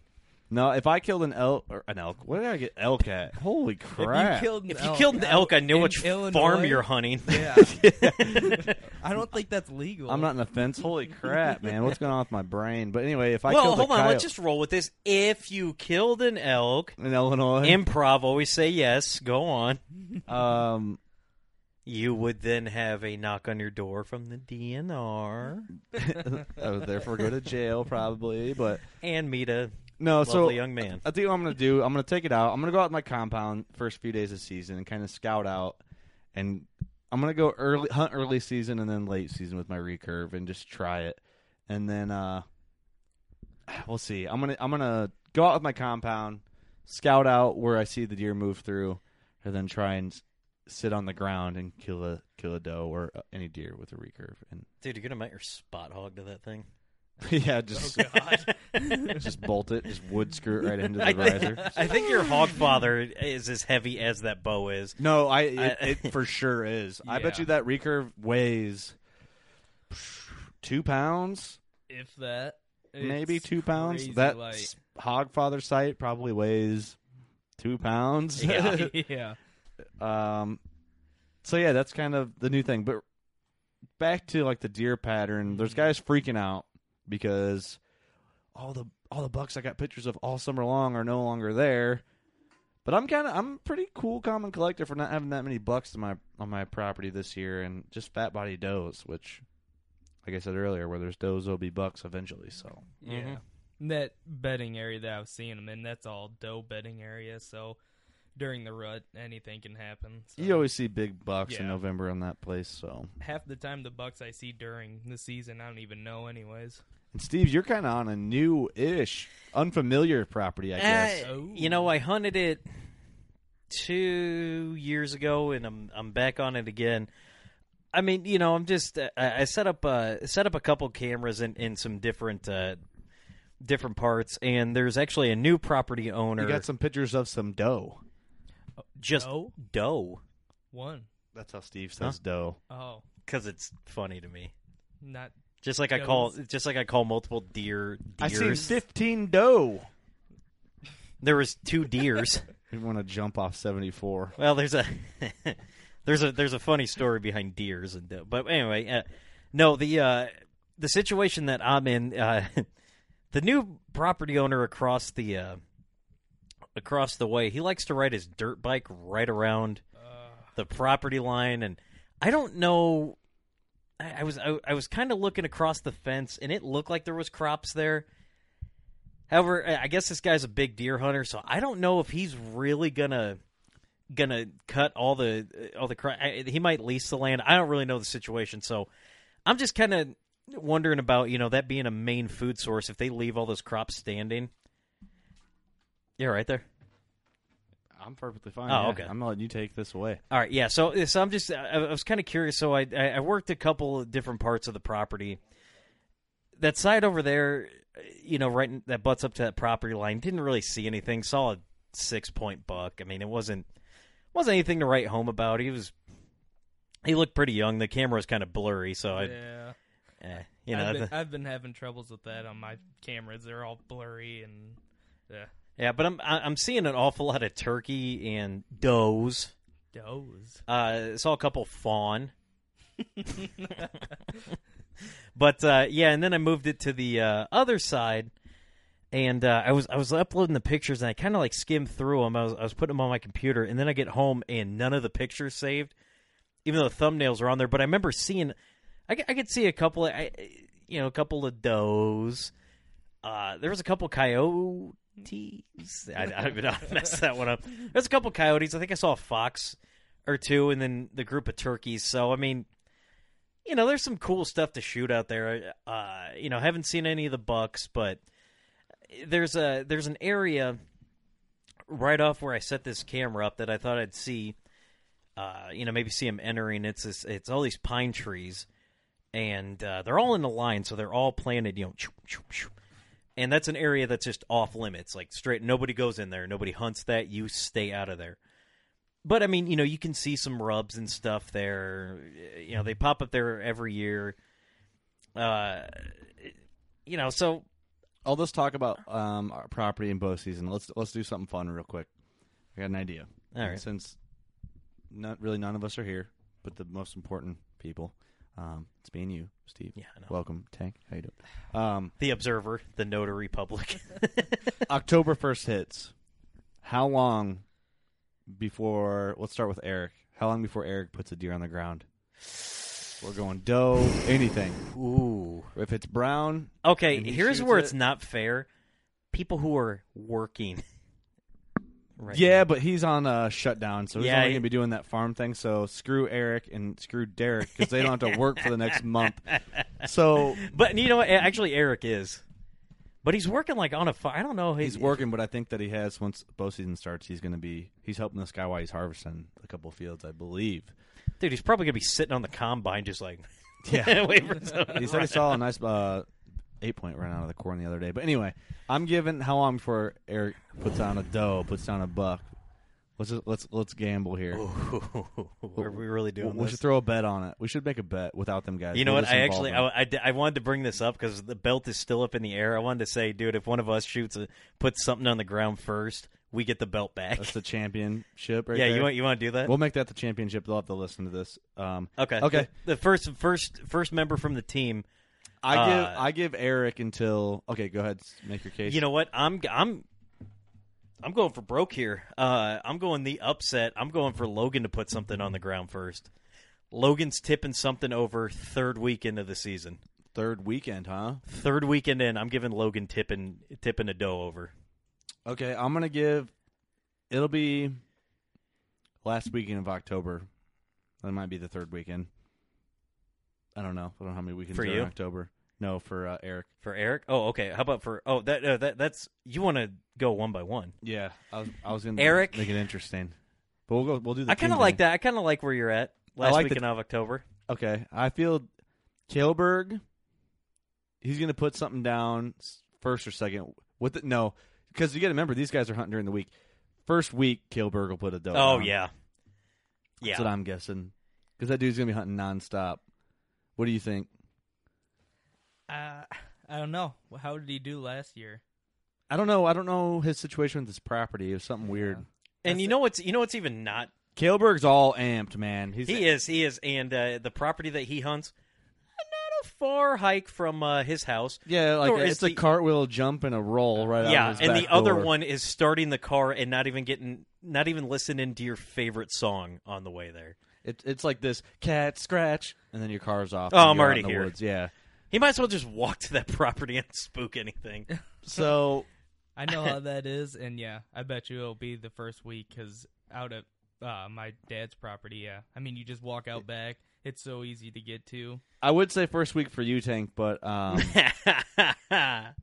Speaker 7: no! If I killed an elk or an elk, what did I get? Elk at? Holy crap!
Speaker 8: If you killed an
Speaker 6: If you
Speaker 8: elk
Speaker 6: killed an elk, I
Speaker 8: out
Speaker 6: know
Speaker 8: in
Speaker 6: which
Speaker 8: Illinois,
Speaker 6: farm you're hunting.
Speaker 8: Yeah, I don't think that's legal.
Speaker 7: I'm not in the fence. Holy crap, man! What's going on with my brain? But anyway, if I
Speaker 6: well,
Speaker 7: killed
Speaker 6: hold
Speaker 7: a
Speaker 6: on.
Speaker 7: coyote
Speaker 6: Let's just roll with this. If you killed an elk,
Speaker 7: in Illinois,
Speaker 6: improv always say yes. Go on.
Speaker 7: um,
Speaker 6: You would then have a knock on your door from the DNR
Speaker 7: I would therefore go to jail probably. But
Speaker 6: and meet a
Speaker 7: no, Oh, so
Speaker 6: lovely young man.
Speaker 7: I think what I'm gonna do, I'm gonna take it out. I'm gonna go out in my compound first few days of season and kind of scout out, and I'm gonna go early hunt early season and then late season with my recurve and just try it, and then uh, we'll see. I'm gonna I'm gonna go out with my compound, scout out where I see the deer move through, and then try and s- sit on the ground and kill a kill a doe or uh, any deer with a recurve, and
Speaker 6: Dude, you're gonna mount your spot hog to that thing.
Speaker 7: yeah, just just bolt it, just wood screw it right into the riser.
Speaker 6: I think your hog father is as heavy as that bow is.
Speaker 7: No, I it,
Speaker 6: I-
Speaker 7: it for sure is. I bet
Speaker 8: Yeah.
Speaker 7: you that recurve weighs two pounds,
Speaker 8: if that.
Speaker 7: maybe
Speaker 8: it's
Speaker 7: two pounds.
Speaker 8: crazy
Speaker 7: That
Speaker 8: light.
Speaker 7: s- hogfather site probably weighs two pounds.
Speaker 6: Yeah.
Speaker 8: yeah.
Speaker 7: um, so yeah, that's kind of the new thing. But back to like the deer pattern. There's guys freaking out because all the all the bucks I got pictures of all summer long are no longer there. But I'm kind of I'm pretty cool, common collector for not having that many bucks to my on my property this year, and just fat body does, which, like I said earlier, where there's does, there'll be bucks eventually. So
Speaker 8: Yeah. That bedding area that I was seeing them in, that's all doe bedding area. So during the rut, anything can happen. So
Speaker 7: you always see big bucks in
Speaker 8: Um, Yeah.
Speaker 7: November on that place. So
Speaker 8: half the time the bucks I see during the season, I don't even know, anyways.
Speaker 7: and Steve, you're kind of on a new-ish, unfamiliar property, I guess.
Speaker 6: Uh, you know, I hunted it two years ago, and I'm I'm back on it again. I mean, you know, I'm just I, I set up uh, set up a couple cameras in in some different uh, different parts, and there's actually a new property owner.
Speaker 7: you got some pictures of some dough.
Speaker 6: just
Speaker 8: Doe?
Speaker 6: dough
Speaker 8: One.
Speaker 7: That's how Steve says dough.
Speaker 8: Oh,
Speaker 6: because it's funny to me.
Speaker 8: not
Speaker 6: Just like I call just like I call multiple deer
Speaker 7: I seen
Speaker 6: deers.
Speaker 7: fifteen dough.
Speaker 6: there was two deers.
Speaker 7: You want to jump off seventy four?
Speaker 6: Well, there's a there's a there's a funny story behind deers and do- but anyway, uh, no the uh, the situation that I'm in, uh, the new property owner across the uh, across the way, he likes to ride his dirt bike right around the property line, and I don't know. I, I was I, I was kind of looking across the fence, and it looked like there was crops there. However, I I guess this guy's a big deer hunter, so I don't know if he's really gonna gonna cut all the uh, all the cri- I- he might lease the land. I don't really know the situation, so I'm just kind of wondering about you know that being a main food source if they leave all those crops standing. Yeah, right there.
Speaker 7: I'm perfectly fine.
Speaker 6: Oh,
Speaker 7: yeah.
Speaker 6: okay.
Speaker 7: I'm not letting you take this away.
Speaker 6: All right, yeah. So, so I'm just, I, I was kind of curious. So, I, I I worked a couple of different parts of the property. That side over there, you know, right in- that butts up to that property line, didn't really see anything. Saw a six point buck. I mean, it wasn't wasn't anything to write home about. He was, he looked pretty young. The camera was kind of blurry, so I,
Speaker 8: yeah.
Speaker 6: eh, you know,
Speaker 8: I've, been,
Speaker 6: the-
Speaker 8: I've been having troubles with that on my cameras. They're all blurry and yeah,
Speaker 6: yeah. But I'm I- I'm seeing an awful lot of turkey and does.
Speaker 8: does.
Speaker 6: Uh, saw a couple fawn. but uh, yeah, and then I moved it to the uh, other side, and uh, I was I was uploading the pictures, and I kind of like skimmed through them. I was I was putting them on my computer, and then I get home, and none of the pictures saved, even though the thumbnails are on there. But I remember seeing, I, c- I could see a couple of, I, you know, a couple of does. Uh, there was a couple coyotes. I, I don't even know. how to mess that one up. There's a couple coyotes. I think I saw a fox or two, and then the group of turkeys. So I mean, you know, there's some cool stuff to shoot out there. Uh, you know, haven't seen any of the bucks, but there's a there's an area right off where I set this camera up that I thought I'd see. Uh, you know, maybe see them entering. It's this, it's all these pine trees, and uh, they're all in a line, so they're all planted. You know, choo, choo, choo. and that's an area that's just off limits. Like straight, nobody goes in there. Nobody hunts that. You stay out of there but I mean, you know, you can see some rubs and stuff there. eh, You know, they pop up there every year. Uh, you know, so
Speaker 7: All this Oh, talk about um, our property in bow season. Let's let's do something fun real quick. I got an idea.
Speaker 6: All
Speaker 7: And
Speaker 6: right.
Speaker 7: Since not really none of us are here, but the most important people, um, it's me and you, Steve.
Speaker 6: Yeah, I know.
Speaker 7: Welcome, Tank. How you doing? Um,
Speaker 6: the observer, the notary public.
Speaker 7: October first hits. How long before? Let's start with Eric. How long before Eric puts a deer on the ground? We're going doe, anything.
Speaker 6: Ooh.
Speaker 7: If it's brown,
Speaker 6: Okay,
Speaker 7: And he
Speaker 6: here's
Speaker 7: shoots
Speaker 6: where
Speaker 7: it?
Speaker 6: it's not fair. People who are working. Right.
Speaker 7: yeah, but he's on a shutdown, so he's
Speaker 6: Yeah,
Speaker 7: only
Speaker 6: he-
Speaker 7: gonna be doing that farm thing. So screw Eric and screw Derek because they don't have to work for the next month. So
Speaker 6: But you know what? Actually, Eric is. But he's working like on a fi- I don't know.
Speaker 7: he's working, but I think that he has once bow season starts, he's gonna be he's helping this guy while he's harvesting a couple fields, I believe.
Speaker 6: Dude, he's probably going to be sitting on the combine just like.
Speaker 7: Yeah.
Speaker 6: wait for someone
Speaker 7: He
Speaker 6: to
Speaker 7: said he
Speaker 6: run.
Speaker 7: saw a nice uh, eight point run out of the corn the other day. But anyway, I'm giving how long before Eric puts on a doe, puts down a buck. Let's just, let's let's gamble here.
Speaker 6: Are we really doing
Speaker 7: we
Speaker 6: this?
Speaker 7: should throw a bet on it. We should make a bet without them guys.
Speaker 6: You know
Speaker 7: We'll
Speaker 6: what?
Speaker 7: just
Speaker 6: I
Speaker 7: involve
Speaker 6: actually
Speaker 7: them.
Speaker 6: I, I d- I wanted to bring this up because the belt is still up in the air. I wanted to say, dude, if one of us shoots a, puts something on the ground first, we get the belt back.
Speaker 7: that's the championship. Right
Speaker 6: yeah,
Speaker 7: there.
Speaker 6: you want you want to do that?
Speaker 7: We'll make that the championship. They'll have to listen to this. Um,
Speaker 6: okay,
Speaker 7: okay.
Speaker 6: The, the first first first member from the team.
Speaker 7: I
Speaker 6: Uh,
Speaker 7: give I give Eric until okay. Go ahead, s- make your case.
Speaker 6: You know what? I'm I'm I'm going for broke here. Uh, I'm going the upset. I'm going for Logan to put something on the ground first. Logan's tipping something over third weekend of the season.
Speaker 7: third weekend, huh?
Speaker 6: Third weekend in, I'm giving Logan tipping tipping a dough over.
Speaker 7: Okay, I'm gonna give. It'll be last weekend of October. That might be the third weekend. I don't know. I don't know how many weekends
Speaker 6: For
Speaker 7: are in
Speaker 6: you?
Speaker 7: October. No, for uh, Eric.
Speaker 6: For Eric? Oh, okay. How about for oh that uh, that that's you want to go one by one.
Speaker 7: Yeah, I was. I was gonna
Speaker 6: Eric?
Speaker 7: make it interesting, but we'll go. We'll do. The
Speaker 6: I kind
Speaker 7: team
Speaker 6: of like
Speaker 7: thing.
Speaker 6: that. I kind of like where you're at. Last
Speaker 7: like the-
Speaker 6: weekend of October.
Speaker 7: Okay, I feel Kaleberg. He's gonna put something down s- first or second. With it, no, because you got to remember these guys are hunting during the week. First week, Kaleberg will put a doe.
Speaker 6: oh
Speaker 7: down.
Speaker 6: yeah, yeah.
Speaker 7: That's what I'm guessing. Because that dude's gonna be hunting nonstop. What do you think?
Speaker 8: Uh, I don't know. How did he do last year?
Speaker 7: I don't know. I don't know his situation with his property. It was something weird.
Speaker 6: and you know what's you know what's even not.
Speaker 7: Kaleberg's all amped, man. He's
Speaker 6: He is he is, and uh, the property that he hunts, not a far hike from uh, his house.
Speaker 7: yeah, like
Speaker 6: Nor is
Speaker 7: it's a
Speaker 6: the-
Speaker 7: cartwheel jump and a roll right out.
Speaker 6: yeah,
Speaker 7: of his
Speaker 6: and
Speaker 7: back
Speaker 6: the other
Speaker 7: door.
Speaker 6: one is starting the car and not even getting, not even listening to your favorite song on the way there.
Speaker 7: It, it's like this cat scratch, and then your car's off.
Speaker 6: Oh,
Speaker 7: and
Speaker 6: I'm
Speaker 7: you're out
Speaker 6: already
Speaker 7: in the
Speaker 6: here.
Speaker 7: Woods. Yeah.
Speaker 6: He might as well just walk to that property and spook anything.
Speaker 7: So
Speaker 8: I know how that is, and yeah, I bet you it'll be the first week because out at uh, my dad's property, yeah. I mean, you just walk out back. It's so easy to get to.
Speaker 7: I would say first week for you, Tank, but um, I'm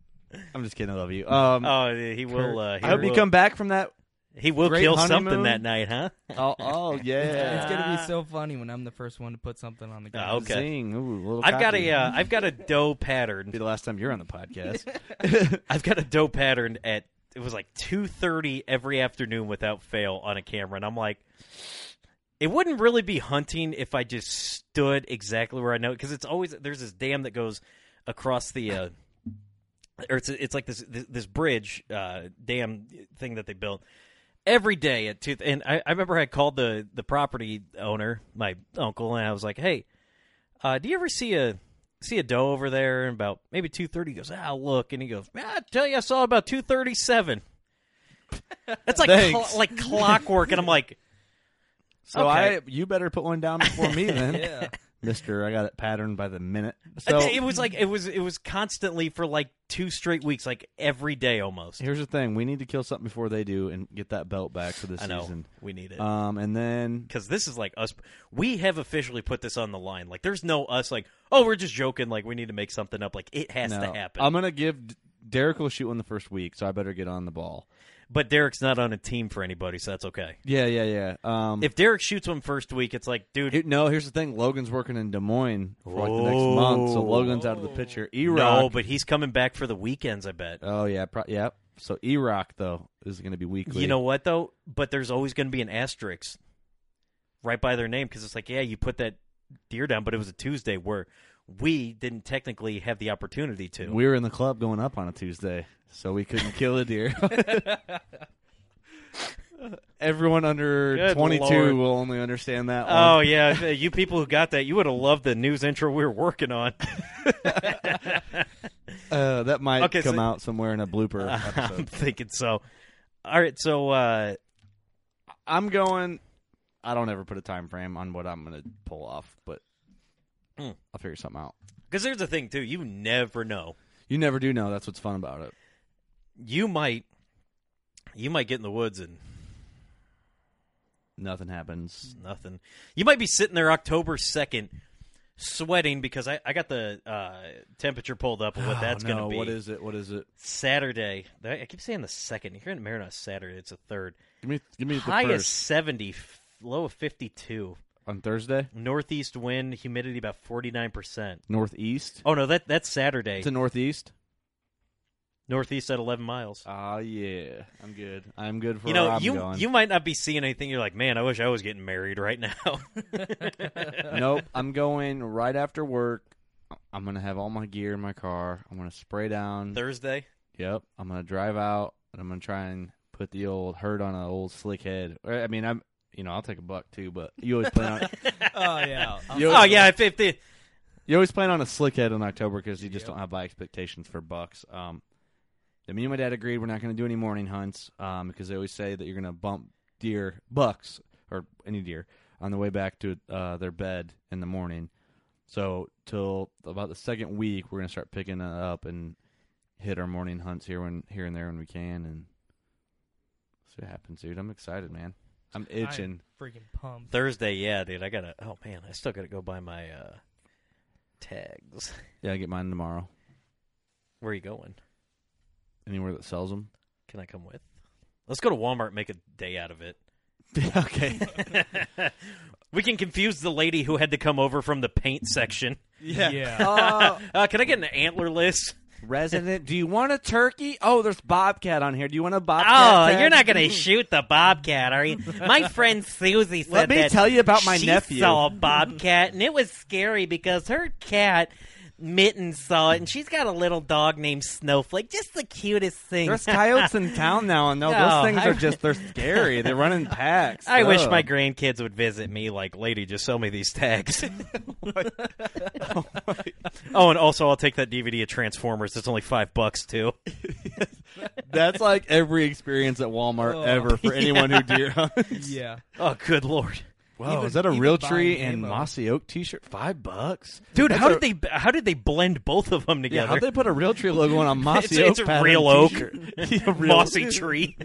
Speaker 7: just kidding. I love you. Um,
Speaker 6: oh, he will. Uh, he
Speaker 7: I hope
Speaker 6: will,
Speaker 7: you come back from that.
Speaker 6: He will
Speaker 7: Great
Speaker 6: kill something
Speaker 7: honeymoon.
Speaker 6: that night, huh?
Speaker 7: Oh, oh
Speaker 8: It's
Speaker 7: yeah.
Speaker 8: gonna be so funny when I'm the first one to put something on the ground.
Speaker 6: okay.
Speaker 7: Zing. Ooh, a little
Speaker 6: I've got
Speaker 7: cocky.
Speaker 6: a uh, I've got a dough pattern.
Speaker 7: be the last time you're on the podcast.
Speaker 6: I've got a dough pattern at it was like two thirty every afternoon without fail on a camera, and I'm like, it wouldn't really be hunting if I just stood exactly where I know because it's always there's this dam that goes across the. Uh, or it's it's like this this, this bridge uh, dam thing that they built every day at two. And I, I remember I called the the property owner, my uncle, and I was like, "Hey, uh, do you ever see a see a doe over there?" And about maybe two thirty, he goes, "Ah, look," and he goes, "Man, "I tell you, I saw about two thirty seven. That's like cl-
Speaker 7: Thanks.
Speaker 6: like clockwork, and I'm like,
Speaker 7: So
Speaker 6: Okay.
Speaker 7: I, you better put one down before me then, Mister. I got it patterned by the minute. So
Speaker 6: it was like it was it was constantly for like two straight weeks, like every day almost.
Speaker 7: here's the thing: we need to kill something before they do and get that belt back for this
Speaker 6: I know
Speaker 7: season.
Speaker 6: we need it.
Speaker 7: Um, and then
Speaker 6: because this is like us. We have officially put this on the line. Like, there's no us. Like, oh, we're just joking. Like, we need to make something up. Like, it has
Speaker 7: no,
Speaker 6: to happen.
Speaker 7: I'm gonna give D- Derek will shoot one the first week, so I better get on the ball.
Speaker 6: but Derek's not on a team for anybody, so that's okay.
Speaker 7: Yeah, yeah, yeah. Um,
Speaker 6: If Derek shoots one first week, it's like, dude,
Speaker 7: Here- no, here's the thing. Logan's working in Des Moines for like the next month, so
Speaker 6: Oh.
Speaker 7: Logan's out of the picture. E
Speaker 6: no.
Speaker 7: Rock.
Speaker 6: But he's coming back for the weekends. I bet.
Speaker 7: oh yeah, pro- yeah. So E Rock though is going to be weekly.
Speaker 6: You know what though? But there's always going to be an asterisk right by their name because it's like, yeah, you put that deer down, but it was a Tuesday where we didn't technically have the opportunity to.
Speaker 7: we were in the club going up on a Tuesday, so we couldn't kill a deer. Everyone under
Speaker 6: Good
Speaker 7: 22
Speaker 6: Lord.
Speaker 7: will only understand that. one.
Speaker 6: Oh yeah, you people who got that, you would have loved the news intro we were working on.
Speaker 7: Uh, that might
Speaker 6: Okay,
Speaker 7: come
Speaker 6: so-
Speaker 7: out somewhere in a blooper
Speaker 6: I'm
Speaker 7: episode.
Speaker 6: thinking so. All right, so uh,
Speaker 7: I'm going. I don't ever put a time frame on what I'm going to pull off, but
Speaker 6: Mm.
Speaker 7: I'll figure something out.
Speaker 6: because there's the thing too, you never know.
Speaker 7: You never do know. That's what's fun about it.
Speaker 6: You might, you might get in the woods and
Speaker 7: Nothing happens.
Speaker 6: nothing. You might be sitting there October second, sweating because I, I got the uh, temperature pulled up of what that's
Speaker 7: Oh,
Speaker 6: going
Speaker 7: no.
Speaker 6: to be.
Speaker 7: What is it? What is it?
Speaker 6: Saturday? I keep saying the second. Here in Marinot, Saturday it's a third.
Speaker 7: Give me, give me the
Speaker 6: High is
Speaker 7: first
Speaker 6: seventy, f- low of fifty-two.
Speaker 7: on Thursday.
Speaker 6: Northeast wind, humidity about forty nine percent.
Speaker 7: Northeast.
Speaker 6: Oh no, that that's Saturday.
Speaker 7: It's a northeast.
Speaker 6: Northeast at eleven miles.
Speaker 7: Ah, yeah. I'm good. I'm good for
Speaker 6: you know,
Speaker 7: where I'm
Speaker 6: you
Speaker 7: going.
Speaker 6: you might not be seeing anything. You're like, man, I wish I was getting married right now.
Speaker 7: nope. I'm going right after work. I'm gonna have all my gear in my car. I'm gonna spray down.
Speaker 6: Thursday.
Speaker 7: Yep. I'm gonna drive out and I'm gonna try and put the old herd on an old slick head. Or, I mean, I'm you know I'll take a buck too, but you always plan on
Speaker 8: Oh yeah. I'll-
Speaker 7: you
Speaker 6: Oh
Speaker 7: always,
Speaker 6: yeah, if, if they-
Speaker 7: you always plan on a slick head in October because you just don't have high expectations for bucks. Um, then me and my dad agreed we're not gonna do any morning hunts um, because they always say that you're gonna bump deer bucks or any deer on the way back to uh, their bed in the morning. So till about the second week, we're gonna start picking it up and hit our morning hunts here when here and there when we can, and see what happens, dude. I'm excited, man. I'm itching.
Speaker 8: I'm freaking pumped.
Speaker 6: Thursday, yeah, dude. I gotta. Oh man, I still gotta go buy my uh, tags.
Speaker 7: yeah, I get mine tomorrow.
Speaker 6: Where are you going?
Speaker 7: Anywhere that sells them.
Speaker 6: Can I come with? Let's go to Walmart. and Make a day out of it.
Speaker 7: okay.
Speaker 6: We can confuse the lady who had to come over from the paint section.
Speaker 8: Yeah.
Speaker 7: Oh.
Speaker 6: Uh, can I get an antler list?
Speaker 7: Resident, do you want a turkey? Oh, there's bobcat on here. Do you want a bobcat?
Speaker 6: Oh,
Speaker 7: tag?
Speaker 6: you're not gonna shoot the bobcat, are you? My friend Susie said
Speaker 7: Let me
Speaker 6: that
Speaker 7: tell you about my
Speaker 6: she
Speaker 7: nephew.
Speaker 6: saw a bobcat, and it was scary because her cat Mitten saw it, and she's got a little dog named Snowflake, just the cutest thing.
Speaker 7: There's coyotes in town now, and no,
Speaker 6: No,
Speaker 7: those things
Speaker 6: I-
Speaker 7: are just—they're scary. They run in packs.
Speaker 6: I wish
Speaker 7: Ugh.
Speaker 6: my grandkids would visit me. Like, lady, just sell me these tags. oh, and also, I'll take that DVD of Transformers. It's only five bucks too.
Speaker 7: That's like Oh, every experience at Walmart ever for anyone who deer hunts.
Speaker 8: Yeah.
Speaker 6: Oh, good lord!
Speaker 7: Wow,
Speaker 8: Even-
Speaker 7: is that a
Speaker 8: even
Speaker 7: real
Speaker 8: buying
Speaker 7: tree and
Speaker 8: ammo.
Speaker 7: mossy oak T-shirt? Five bucks,
Speaker 6: Dude,
Speaker 7: That's
Speaker 6: how
Speaker 7: a-
Speaker 6: did they how did they blend both of them
Speaker 7: Yeah,
Speaker 6: together?
Speaker 7: how'd they put a real tree logo on a mossy
Speaker 6: it's,
Speaker 7: oak?
Speaker 6: it's a
Speaker 7: pattern
Speaker 6: real oak,
Speaker 7: t-shirt?
Speaker 6: mossy tree.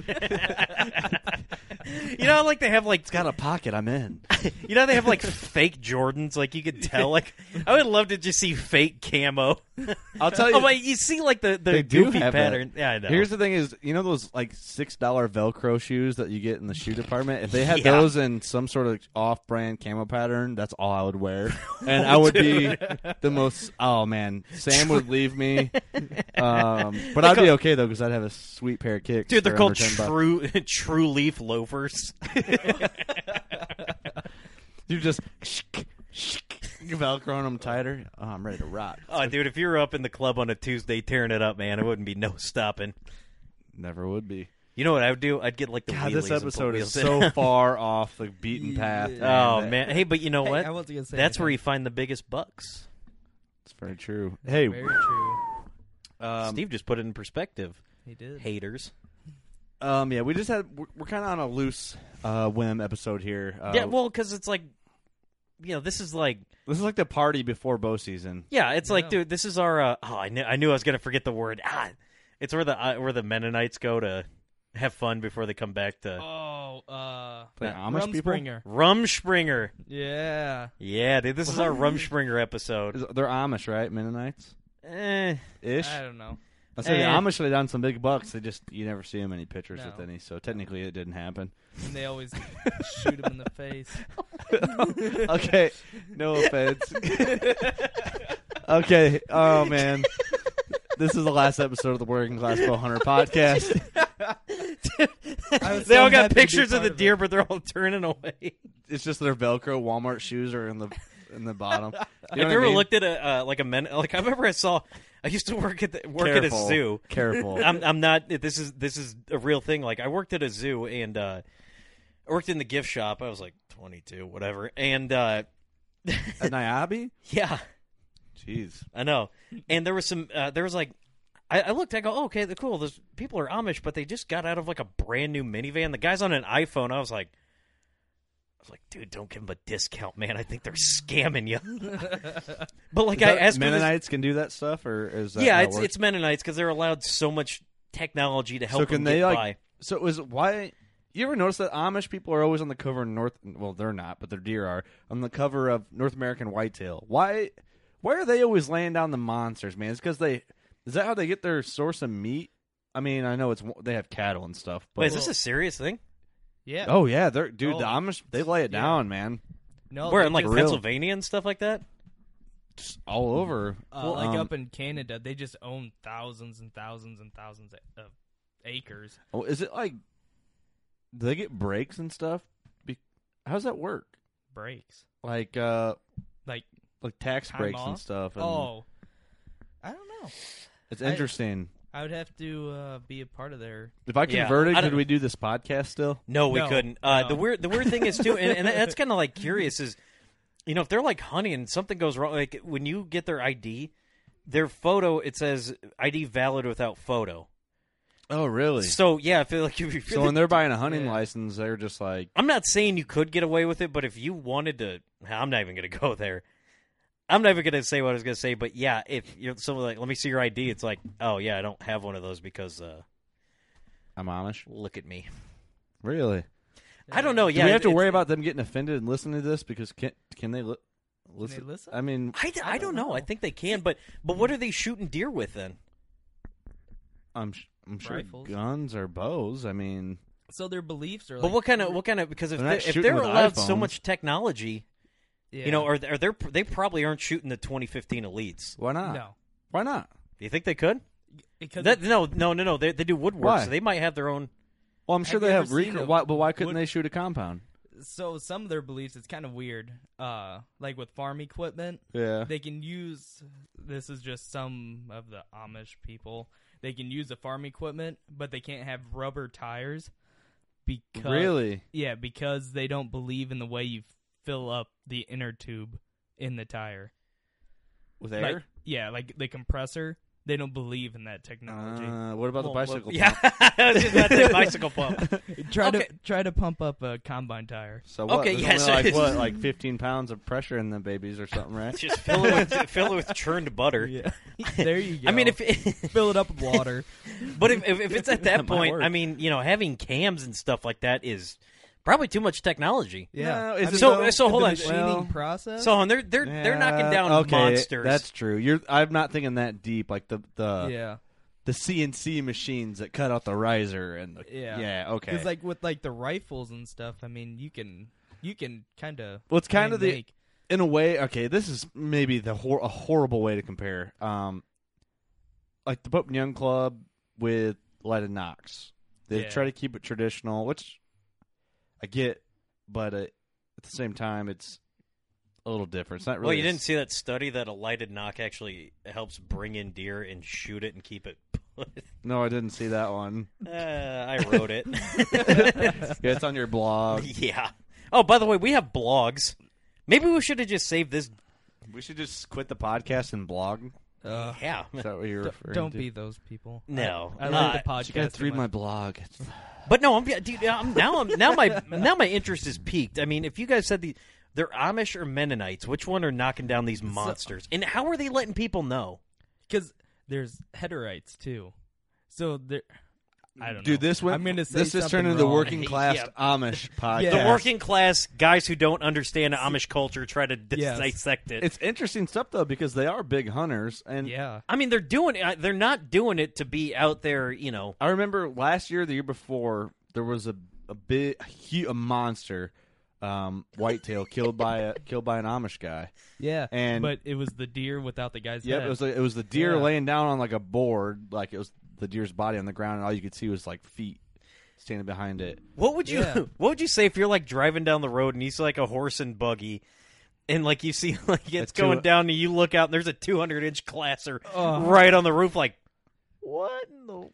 Speaker 6: you know, how, like they have like
Speaker 7: It's got a pocket. I'm in.
Speaker 6: you know how they have like fake Jordans. Like you could tell. Like I would love to just see fake camo.
Speaker 7: I'll tell you.
Speaker 6: oh wait, you see like the the
Speaker 7: they do
Speaker 6: goofy
Speaker 7: have that.
Speaker 6: pattern. Yeah, I know.
Speaker 7: Here's the thing: is you know those like six dollar Velcro shoes that you get in the shoe department? If they had
Speaker 6: Yeah.
Speaker 7: those in some sort of off brand camo pattern, that's all I would wear, and I would be the most. Oh man, Sam would leave me, um, but I'd be okay though because I'd have a sweet pair of kicks.
Speaker 6: Dude, they're
Speaker 7: for
Speaker 6: called
Speaker 7: under 10 bucks.
Speaker 6: true true leaf loafers.
Speaker 7: You just shk, shk, velcroing them tighter. Oh, I'm ready to rock.
Speaker 6: oh, dude, if you're up in the club on a Tuesday tearing it up, man, it wouldn't be no stopping.
Speaker 7: Never would be.
Speaker 6: You know what I would do? I'd get like the
Speaker 7: God,
Speaker 6: wheelies
Speaker 7: this
Speaker 6: and put
Speaker 7: episode is
Speaker 6: wheels in.
Speaker 7: so far off the beaten path.
Speaker 6: Oh man! Hey, but you know
Speaker 8: Hey,
Speaker 6: what?
Speaker 8: I wasn't gonna say
Speaker 6: That's where
Speaker 8: anything.
Speaker 6: you find the biggest bucks.
Speaker 7: it's very true. Hey,
Speaker 8: Very true.
Speaker 7: um,
Speaker 6: Steve just put it in perspective.
Speaker 8: He did.
Speaker 6: Haters.
Speaker 7: Um, yeah, we just had we're, we're kind of on a loose uh, whim episode here. Uh,
Speaker 6: yeah, well, because it's like, you know, this is like,
Speaker 7: this is like the party before bow season.
Speaker 6: yeah, it's like,
Speaker 8: Yeah.
Speaker 6: dude, this is our. Uh, oh, I knew, I knew I was gonna forget the word. Ah, it's where the uh, where the Mennonites go to have fun before they come back to
Speaker 8: Oh, uh,
Speaker 7: Play
Speaker 8: that
Speaker 7: Amish people?
Speaker 8: Rumspringer.
Speaker 6: Rumspringer.
Speaker 8: Yeah.
Speaker 6: Yeah, dude, this is our Rumspringer episode.
Speaker 7: Is- They're Amish, right? Mennonites
Speaker 6: Eh,
Speaker 7: ish.
Speaker 8: I don't know.
Speaker 7: I say the
Speaker 6: eh.
Speaker 7: Amish lay down some big bucks. They just you never see them any pictures with
Speaker 8: No.
Speaker 7: any. So technically, it didn't happen.
Speaker 8: And they always shoot him in the face.
Speaker 7: okay, no offense. okay, oh man, this is the last episode of the Working Class Bow Hunter podcast.
Speaker 8: I was
Speaker 6: they
Speaker 8: so
Speaker 6: all
Speaker 8: happy
Speaker 6: got
Speaker 8: to be
Speaker 6: pictures of
Speaker 8: part
Speaker 6: the
Speaker 8: it.
Speaker 6: deer, but they're all turning away.
Speaker 7: It's just their Velcro Walmart shoes are in the in the bottom. You know what
Speaker 6: Have
Speaker 7: I
Speaker 6: you ever
Speaker 7: mean?
Speaker 6: looked at a uh, like a men? Like I remember I saw. I used to work at the, work at
Speaker 7: Careful,
Speaker 6: a zoo.
Speaker 7: Careful.
Speaker 6: I'm I'm not. This is this is a real thing. Like I worked at a zoo and uh, I worked in the gift shop. I was like 22, whatever. And uh,
Speaker 7: at Niobe?
Speaker 6: yeah,
Speaker 7: Jeez.
Speaker 6: I know. And there was some. Uh, there was like. I, I looked. I go, oh, okay, they're cool. Those people are Amish, but they just got out of like a brand new minivan. The guy's on an iPhone. I was like, I was like, dude, don't give them a discount, man. I think they're scamming you. but like,
Speaker 7: Is
Speaker 6: I
Speaker 7: that-
Speaker 6: asked for this-
Speaker 7: Mennonites can do that stuff, or is that
Speaker 6: yeah,
Speaker 7: how it
Speaker 6: it's
Speaker 7: works?
Speaker 6: it's Mennonites because they're allowed so much technology to help
Speaker 7: so can
Speaker 6: them
Speaker 7: they
Speaker 6: get
Speaker 7: like
Speaker 6: by.
Speaker 7: so it was why you ever notice that Amish people are always on the cover of North well they're not but their deer are on the cover of North American whitetail why why are they always laying down the monsters man it's because they is that how they get their source of meat I mean I know it's they have cattle and stuff but
Speaker 6: Wait, is this a serious thing?
Speaker 8: Yeah.
Speaker 7: oh yeah they're dude
Speaker 8: Oh.
Speaker 7: the Amish they lay it
Speaker 8: Yeah.
Speaker 7: down man
Speaker 8: no,
Speaker 6: We're
Speaker 8: they
Speaker 6: in like
Speaker 8: just-
Speaker 6: Pennsylvania and stuff like that.
Speaker 7: just all over
Speaker 8: uh, like
Speaker 7: Um,
Speaker 8: up in Canada, they just own thousands and thousands and thousands of acres.
Speaker 7: oh, is it like do they get breaks and stuff Be- how does that work
Speaker 8: Breaks
Speaker 7: like uh
Speaker 8: like
Speaker 7: like tax
Speaker 8: time
Speaker 7: breaks
Speaker 8: off.
Speaker 7: and stuff. And
Speaker 8: Oh, I don't know.
Speaker 7: it's
Speaker 8: I-
Speaker 7: interesting.
Speaker 8: I would have to uh, be a part of their.
Speaker 7: if I
Speaker 6: Yeah.
Speaker 7: converted,
Speaker 6: I don't-
Speaker 7: could we do this podcast still?
Speaker 6: No, we
Speaker 8: No,
Speaker 6: couldn't. Uh,
Speaker 8: no.
Speaker 6: The weird the weird thing is too, and, and that's kind of like curious is, you know, if they're like hunting and something goes wrong, like when you get their ID, their photo it says ID valid without photo.
Speaker 7: Oh, really? So,
Speaker 6: So yeah, I feel like if you
Speaker 7: when they're buying a hunting
Speaker 8: Yeah.
Speaker 7: license, they're just like,
Speaker 6: I'm not saying you could get away with it, but if you wanted to, I'm not even going to go there. I'm not even going to say what I was going to say, but yeah, if you're someone like, let me see your ID, it's like, oh yeah, I don't have one of those because uh,
Speaker 7: I'm Amish.
Speaker 6: look at me.
Speaker 7: Really?
Speaker 6: I don't know.
Speaker 7: Do
Speaker 6: Yeah,
Speaker 7: we have to
Speaker 6: it's-
Speaker 7: worry about them getting offended and listening to this because can can they li- listen?
Speaker 8: listen?
Speaker 7: I mean,
Speaker 6: I, d- I don't know. I think they can, but but what are they shooting deer with then?
Speaker 7: I'm sh- I'm sure
Speaker 8: Rifles.
Speaker 7: guns or bows. I mean,
Speaker 8: So their beliefs are.
Speaker 6: But
Speaker 8: like,
Speaker 6: what kind of what kind of because if
Speaker 7: They're
Speaker 6: they're,
Speaker 7: not
Speaker 6: if
Speaker 7: shooting
Speaker 6: they're
Speaker 7: with
Speaker 6: allowed so
Speaker 7: iPhones.
Speaker 6: much technology,
Speaker 8: Yeah.
Speaker 6: you know, or or they're they probably aren't shooting the 2015 elites.
Speaker 7: why not?
Speaker 8: no?
Speaker 7: Why not?
Speaker 6: Do you think they could?
Speaker 8: Because
Speaker 6: That, no, no, no, no. They they do woodwork,
Speaker 7: Why?
Speaker 6: so they might have their own.
Speaker 7: Well, I'm sure
Speaker 8: Have you
Speaker 7: they
Speaker 8: ever
Speaker 7: have
Speaker 8: seen
Speaker 7: recoil.
Speaker 8: a-
Speaker 7: Why, but why couldn't
Speaker 8: what-
Speaker 7: they shoot a compound?
Speaker 8: so some of their beliefs it's kind of weird. Uh, like with farm equipment,
Speaker 7: Yeah.
Speaker 8: they can use this is just some of the Amish people. They can use the farm equipment, but they can't have rubber tires because
Speaker 7: Really?
Speaker 8: yeah, because they don't believe in the way you fill up the inner tube in the tire.
Speaker 7: With
Speaker 8: Like, yeah, like the compressor They don't believe in that technology.
Speaker 7: Uh, what about the
Speaker 6: Well,
Speaker 7: bicycle?
Speaker 6: well, Yeah,
Speaker 7: pump?
Speaker 6: I was just about to say bicycle pump.
Speaker 8: try
Speaker 6: okay.
Speaker 8: to try to pump up a combine tire.
Speaker 7: So what?
Speaker 6: Okay,
Speaker 7: There's
Speaker 6: yeah,
Speaker 7: only
Speaker 6: so
Speaker 7: like
Speaker 6: it's-
Speaker 7: what, like 15 pounds of pressure in the babies or something, right?
Speaker 6: Just fill it with fill it with churned butter.
Speaker 7: yeah.
Speaker 8: There you go.
Speaker 6: I mean, if it,
Speaker 8: fill it up with water,
Speaker 6: but if, if, if it's at
Speaker 7: That
Speaker 6: that
Speaker 7: might
Speaker 6: point,
Speaker 7: work.
Speaker 6: I mean, you know, having cams and stuff like that is probably too much technology.
Speaker 7: No,
Speaker 8: yeah.
Speaker 7: is
Speaker 8: I
Speaker 7: it
Speaker 8: mean,
Speaker 6: so-
Speaker 8: the-
Speaker 6: so hold
Speaker 8: the
Speaker 6: on.
Speaker 8: Machining
Speaker 7: Well-
Speaker 8: process.
Speaker 6: So and they're they're they're knocking down
Speaker 7: Yeah, okay,
Speaker 6: monsters.
Speaker 7: That's true. You're. I'm not thinking that deep. Like the the
Speaker 8: yeah,
Speaker 7: the CNC machines that cut out the riser and the,
Speaker 8: Yeah.
Speaker 7: yeah. Okay.
Speaker 8: because like with like the rifles and stuff. I mean, you can you can kind of
Speaker 7: Well, it's kind of the- in a way, okay, this is maybe the hor- a horrible way to compare. Um, like the Pope and Young Club with Light and Knox, they
Speaker 8: Yeah.
Speaker 7: try to keep it traditional, which I get, but uh, at the same time, it's a little different. It's not really.
Speaker 6: Well, you
Speaker 7: as-
Speaker 6: didn't see that study that a lighted knock actually helps bring in deer and shoot it and keep it. put-
Speaker 7: No, I didn't see that one.
Speaker 6: uh, I wrote it.
Speaker 7: yeah, it's on your blog.
Speaker 6: yeah. Oh, by the way, we have blogs. Maybe we should have just saved this.
Speaker 7: We should just quit the podcast and blog.
Speaker 8: Ugh.
Speaker 6: Yeah.
Speaker 7: Is that what you're
Speaker 8: D-
Speaker 7: referring
Speaker 8: don't
Speaker 7: to?
Speaker 8: be those people.
Speaker 6: No.
Speaker 8: Uh, I
Speaker 6: Uh,
Speaker 8: love the podcast.
Speaker 7: You gotta
Speaker 8: too
Speaker 7: read my
Speaker 8: much.
Speaker 7: blog.
Speaker 6: But no, I'm, dude, I'm now. I'm now my now my interest is peaked. I mean, if you guys said the they're Amish or Mennonites, which one are knocking down these monsters? And how are they letting people know?
Speaker 8: because there's heterites too. So there, I don't know.
Speaker 7: Dude, this went.
Speaker 8: I'm gonna say
Speaker 7: this is
Speaker 8: something
Speaker 7: turning into
Speaker 8: wrong.
Speaker 7: working class
Speaker 6: Yeah.
Speaker 7: Amish podcast.
Speaker 8: Yeah.
Speaker 6: The working class guys who don't understand Amish culture try to dis-
Speaker 8: Yes.
Speaker 6: dissect it.
Speaker 7: It's interesting stuff though because they are big hunters, and
Speaker 8: Yeah,
Speaker 6: I mean, they're doing. uh, They're not doing it to be out there. You know.
Speaker 7: I remember last year, the year before, there was a a big a, hu- a monster um, whitetail killed by a killed by an Amish guy.
Speaker 8: yeah,
Speaker 7: And-
Speaker 8: but it was the deer without the guy's
Speaker 7: Yep,
Speaker 8: head.
Speaker 7: it was like, it was the deer
Speaker 8: Yeah.
Speaker 7: laying down on like a board, like it was the deer's body on the ground, and all you could see was like feet standing behind it.
Speaker 6: What would you
Speaker 8: Yeah.
Speaker 6: What would you say if you're like driving down the road and you see like a horse and buggy, and like you see like it's
Speaker 7: two-
Speaker 6: going down and you look out and there's a 200 inch classer right on the roof? Like
Speaker 7: What? In the...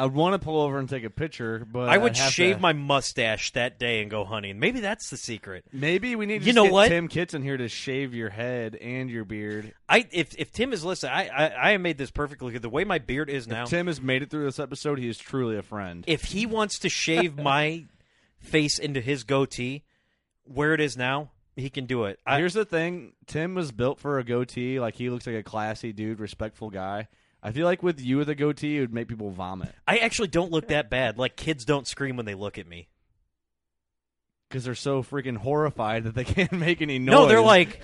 Speaker 7: I'd want to pull over and take a picture, but
Speaker 6: I would
Speaker 7: I'd have
Speaker 6: shave
Speaker 7: to-
Speaker 6: my mustache that day and go hunting. Maybe that's the secret.
Speaker 7: Maybe we need to
Speaker 6: You
Speaker 7: just
Speaker 6: know
Speaker 7: get
Speaker 6: what?
Speaker 7: Tim Kitson here to shave your head and your beard.
Speaker 6: I if if Tim is listening, I I, I made this perfectly. The way my beard is now,
Speaker 7: If Tim has made it through this episode, he is truly a friend.
Speaker 6: if he wants to shave my face into his goatee, where it is now, he can do it. I,
Speaker 7: Here's the thing: Tim was built for a goatee. Like he looks like a classy dude, respectful guy. I feel like with you with a goatee, it would make people vomit
Speaker 6: I actually don't look that bad. Like kids don't scream when they look at me.
Speaker 7: because they're so freaking horrified that they can't make any noise.
Speaker 6: No, they're like,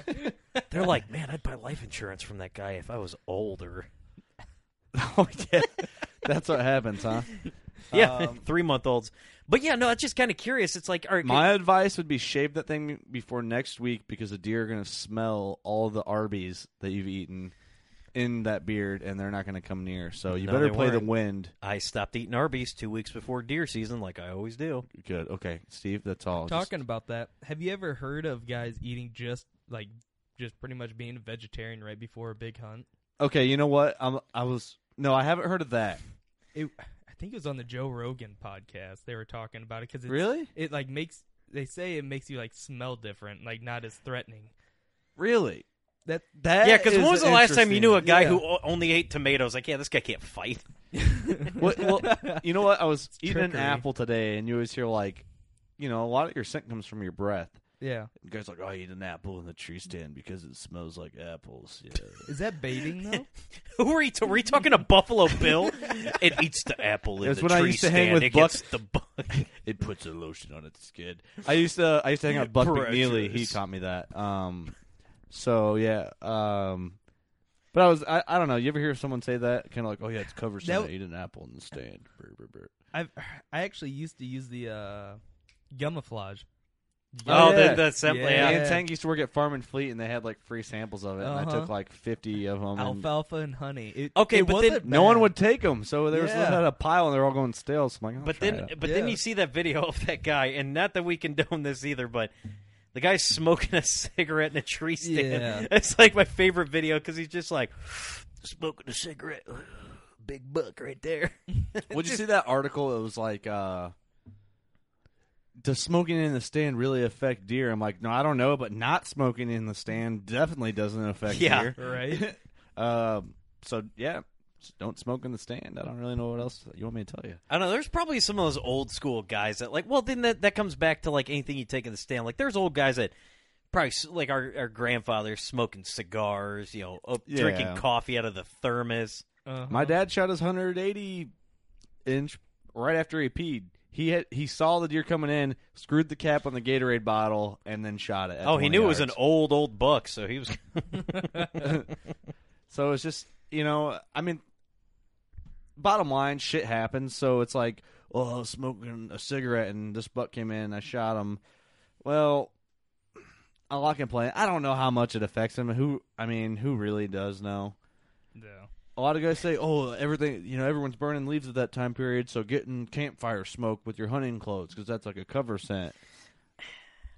Speaker 6: they're like, man, I'd buy life insurance from that guy if I was older.
Speaker 7: oh yeah, that's what happens, huh? Um,
Speaker 6: Yeah, three month olds. But yeah, no, it's just kind of curious. It's like, all right,
Speaker 7: My advice would be shave that thing before next week because the deer are gonna smell all the Arby's that you've eaten in that beard, and they're not gonna come near. So you
Speaker 6: No,
Speaker 7: better
Speaker 6: they
Speaker 7: play the
Speaker 6: weren't.
Speaker 7: wind.
Speaker 6: I stopped eating Arby's two weeks before deer season, like I always do.
Speaker 7: Good. Okay, Steve. That's all. Just-
Speaker 8: Talking about that, have you ever heard of guys eating just like just pretty much being a vegetarian right before a big hunt?
Speaker 7: okay, you know what? I'm, I was no, I haven't heard of that.
Speaker 8: It, I think it was on the Joe Rogan podcast. They were talking about it because
Speaker 7: Really?
Speaker 8: it like makes they say it makes you like smell different, like not as threatening.
Speaker 7: Really?
Speaker 8: That
Speaker 7: That
Speaker 6: yeah, because when was the last time you knew a guy
Speaker 8: yeah.
Speaker 6: who o- only ate tomatoes? Like, yeah, this guy can't fight.
Speaker 7: What, well, you know what? I was eating
Speaker 8: trickery.
Speaker 7: an apple today, and you always hear like, you know, a lot of your scent comes from your breath.
Speaker 8: yeah
Speaker 7: The guy's like, "Oh, I eat an apple in the tree stand because it smells like apples." Yeah.
Speaker 8: is that baiting though?
Speaker 6: Who are you? T- were you talking to Buffalo Bill? it eats the apple in
Speaker 7: That's
Speaker 6: the
Speaker 7: when
Speaker 6: tree
Speaker 7: I used to
Speaker 6: stand.
Speaker 7: hang with
Speaker 6: it
Speaker 7: Buck-
Speaker 6: gets the bug.
Speaker 7: it puts a lotion on its skin. I used to, I used to hang out with Buck McNeely. He
Speaker 6: Precious.
Speaker 7: taught me that. Um, so yeah. Um, but I was, I, I don't know. You ever hear someone say that? Kind of like, "Oh yeah, it's covered
Speaker 8: That
Speaker 7: scent. I
Speaker 8: w-
Speaker 7: eat an apple in the stand." Brr, brr, brr.
Speaker 8: I've I actually used to use the uh gummiflage.
Speaker 6: Oh,
Speaker 7: yeah.
Speaker 6: the, the sem-
Speaker 8: Yeah.
Speaker 6: yeah.
Speaker 7: Me and Tank used to work at Farm and Fleet, and they had like free samples of it, and I
Speaker 8: Uh-huh.
Speaker 7: took like fifty of them.
Speaker 8: Alfalfa and honey. It-
Speaker 6: Okay,
Speaker 8: it
Speaker 6: but
Speaker 8: wasn't
Speaker 6: then-
Speaker 7: no
Speaker 8: bad.
Speaker 7: one would take them, so there was
Speaker 8: Yeah.
Speaker 7: had a pile, and they're all going stale. So I'm like, I'll
Speaker 6: But
Speaker 7: try
Speaker 6: then,
Speaker 7: it.
Speaker 6: but then
Speaker 8: Yeah.
Speaker 6: you see that video of that guy, and not that we condone this either, but the guy's smoking a cigarette in a tree stand.
Speaker 8: Yeah.
Speaker 6: It's like my favorite video because he's just like smoking a cigarette, big buck right there.
Speaker 7: would you see that article? It was like, uh, does smoking in the stand really affect deer? I'm like, no, I don't know, but not smoking in the stand definitely doesn't affect
Speaker 6: Yeah.
Speaker 7: deer.
Speaker 8: right.
Speaker 7: Um, so yeah, don't smoke in the stand. I don't really know what else you want me to tell you.
Speaker 6: I don't know. There's probably some of those old school guys that like. Well, then that that comes back to like anything you take in the stand. Like there's old guys that probably s- like our our grandfathers smoking cigars. You know, up,
Speaker 7: Yeah.
Speaker 6: drinking coffee out of the thermos.
Speaker 8: Uh-huh.
Speaker 7: My dad shot his 180 inch right after he peed. He had he saw the deer coming in, screwed the cap on the Gatorade bottle, and then shot it. at
Speaker 6: Oh, he
Speaker 7: 20
Speaker 6: knew it was an
Speaker 7: yards.
Speaker 6: old old buck, so he was.
Speaker 7: So it's just you know, I mean, bottom line, shit happens. So it's like, oh, I was smoking a cigarette, and this buck came in, I shot him. Well, all I can play. I don't know how much it affects him. Who I mean, who really does know?
Speaker 8: Yeah.
Speaker 7: a lot of guys say, "Oh, everything, you know, everyone's burning leaves at that time period, so get in campfire smoke with your hunting clothes because that's like a cover scent."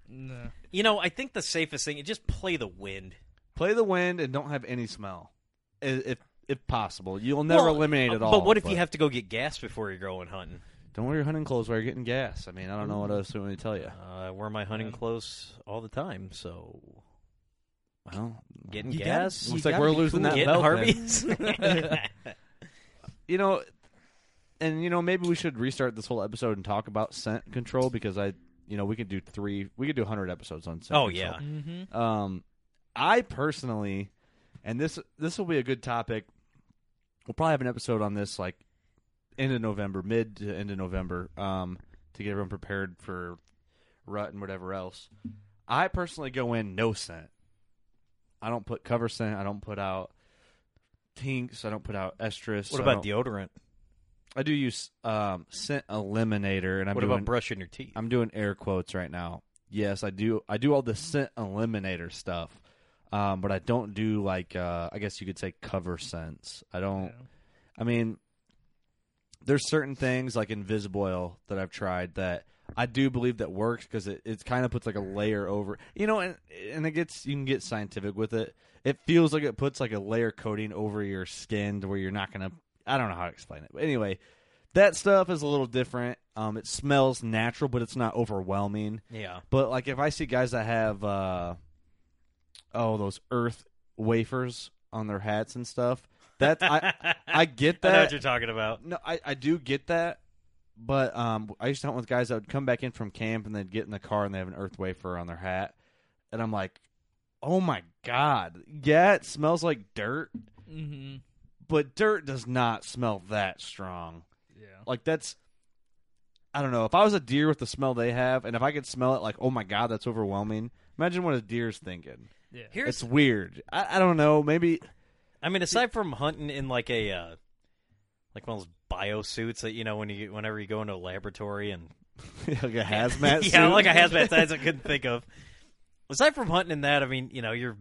Speaker 8: No.
Speaker 6: you know, I think the safest thing is just play the wind.
Speaker 7: Play the wind and don't have any smell, i- if if possible. You'll never
Speaker 6: Well,
Speaker 7: eliminate it all.
Speaker 6: But what if you have to go get gas before you're going hunting?
Speaker 7: Don't wear your hunting clothes while you're getting gas. I mean, I don't know what else we want me to tell you.
Speaker 6: Uh, I wear my hunting clothes all the time, so
Speaker 7: Well,
Speaker 6: getting
Speaker 8: You gotta-
Speaker 6: gas,
Speaker 7: looks
Speaker 8: you
Speaker 7: like
Speaker 8: gotta
Speaker 7: we're
Speaker 8: be
Speaker 7: losing
Speaker 8: cool.
Speaker 7: that
Speaker 6: getting
Speaker 7: belt. then.
Speaker 6: Harvey's.
Speaker 7: you know, and you know, maybe we should restart this whole episode and talk about scent control because I, you know, we could do three, we could do hundred episodes on scent.
Speaker 6: oh
Speaker 7: control.
Speaker 6: yeah,
Speaker 8: Mm-hmm.
Speaker 7: Um, I personally, and this this will be a good topic. We'll probably have an episode on this like end of November, mid to end of November, um, to get everyone prepared for rut and whatever else. I personally go in no scent. I don't put cover scent. I don't put out tinks. I don't put out estrus.
Speaker 6: What
Speaker 7: I
Speaker 6: about
Speaker 7: don't-
Speaker 6: deodorant?
Speaker 7: I do use um, scent eliminator, and I'm
Speaker 6: what
Speaker 7: doing,
Speaker 6: about brushing your teeth?
Speaker 7: I'm doing air quotes right now. Yes, I do. I do all the scent eliminator stuff, um, but I don't do like uh, I guess you could say cover scents. I don't. I mean, there's certain things like invisible oil that I've tried that I do believe that works because it, it kind of puts like a layer over, you know, and and it gets you can get scientific with it. It feels like it puts like a layer coating over your skin to where you're not gonna. I don't know how to explain it, but anyway, that stuff is a little different. Um, it smells natural, but it's not overwhelming.
Speaker 6: yeah,
Speaker 7: But like if I see guys that have uh oh those earth wafers on their hats and stuff, that I I get
Speaker 6: I know what
Speaker 7: that.
Speaker 6: you're talking about.
Speaker 7: no, I I do get that. But um I used to hunt with guys that would come back in from camp and they'd get in the car and they have an earth wafer on their hat and I'm like, "Oh my god. Yeah, it smells like dirt,
Speaker 8: Mm-hmm.
Speaker 7: but dirt does not smell that strong."
Speaker 8: Yeah.
Speaker 7: Like that's I don't know. If I was a deer with the smell they have, and if I could smell it, like oh my god, that's overwhelming. Imagine what a deer's thinking.
Speaker 8: Yeah.
Speaker 6: Here's,
Speaker 7: it's weird. I, I don't know. Maybe
Speaker 6: I mean, aside from hunting in like a, uh, like one of those bio suits that you know when you whenever you go into a laboratory and
Speaker 7: like a hazmat.
Speaker 6: yeah,
Speaker 7: suit.
Speaker 6: like a hazmat size I couldn't think of. Aside from hunting in that, I mean, you know, you're.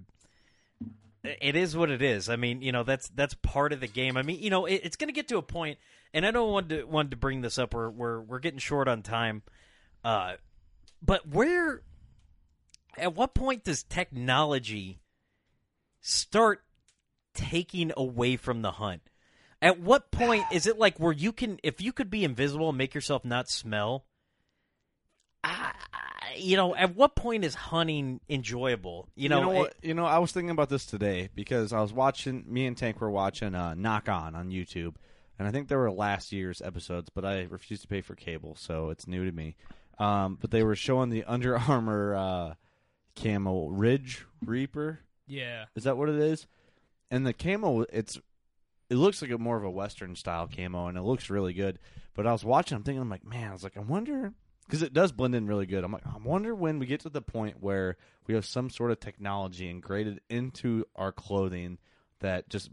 Speaker 6: It is what it is. I mean, you know, that's that's part of the game. I mean, you know, it, it's going to get to a point, and I don't want to wanted to bring this up. We're we're we're getting short on time, uh, but where, at what point does technology start taking away from the hunt? At what point is it like where you can, if you could be invisible and make yourself not smell, I, I- you know, at what point is hunting enjoyable? You know,
Speaker 7: what?
Speaker 6: it-
Speaker 7: you know, I was thinking about this today because I was watching. Me and Tank were watching uh, Knock On on YouTube, and I think they were last year's episodes, but I refused to pay for cable, so it's new to me. Um, but they were showing the Under Armour uh, camo Ridge Reaper.
Speaker 8: Yeah.
Speaker 7: Is that what it is? And the camo, it's it looks like a more of a Western style camo, and it looks really good. But I was watching, I'm thinking, I'm like, man, I was like, I wonder because it does blend in really good. I'm like, I wonder when we get to the point where we have some sort of technology integrated into our clothing that just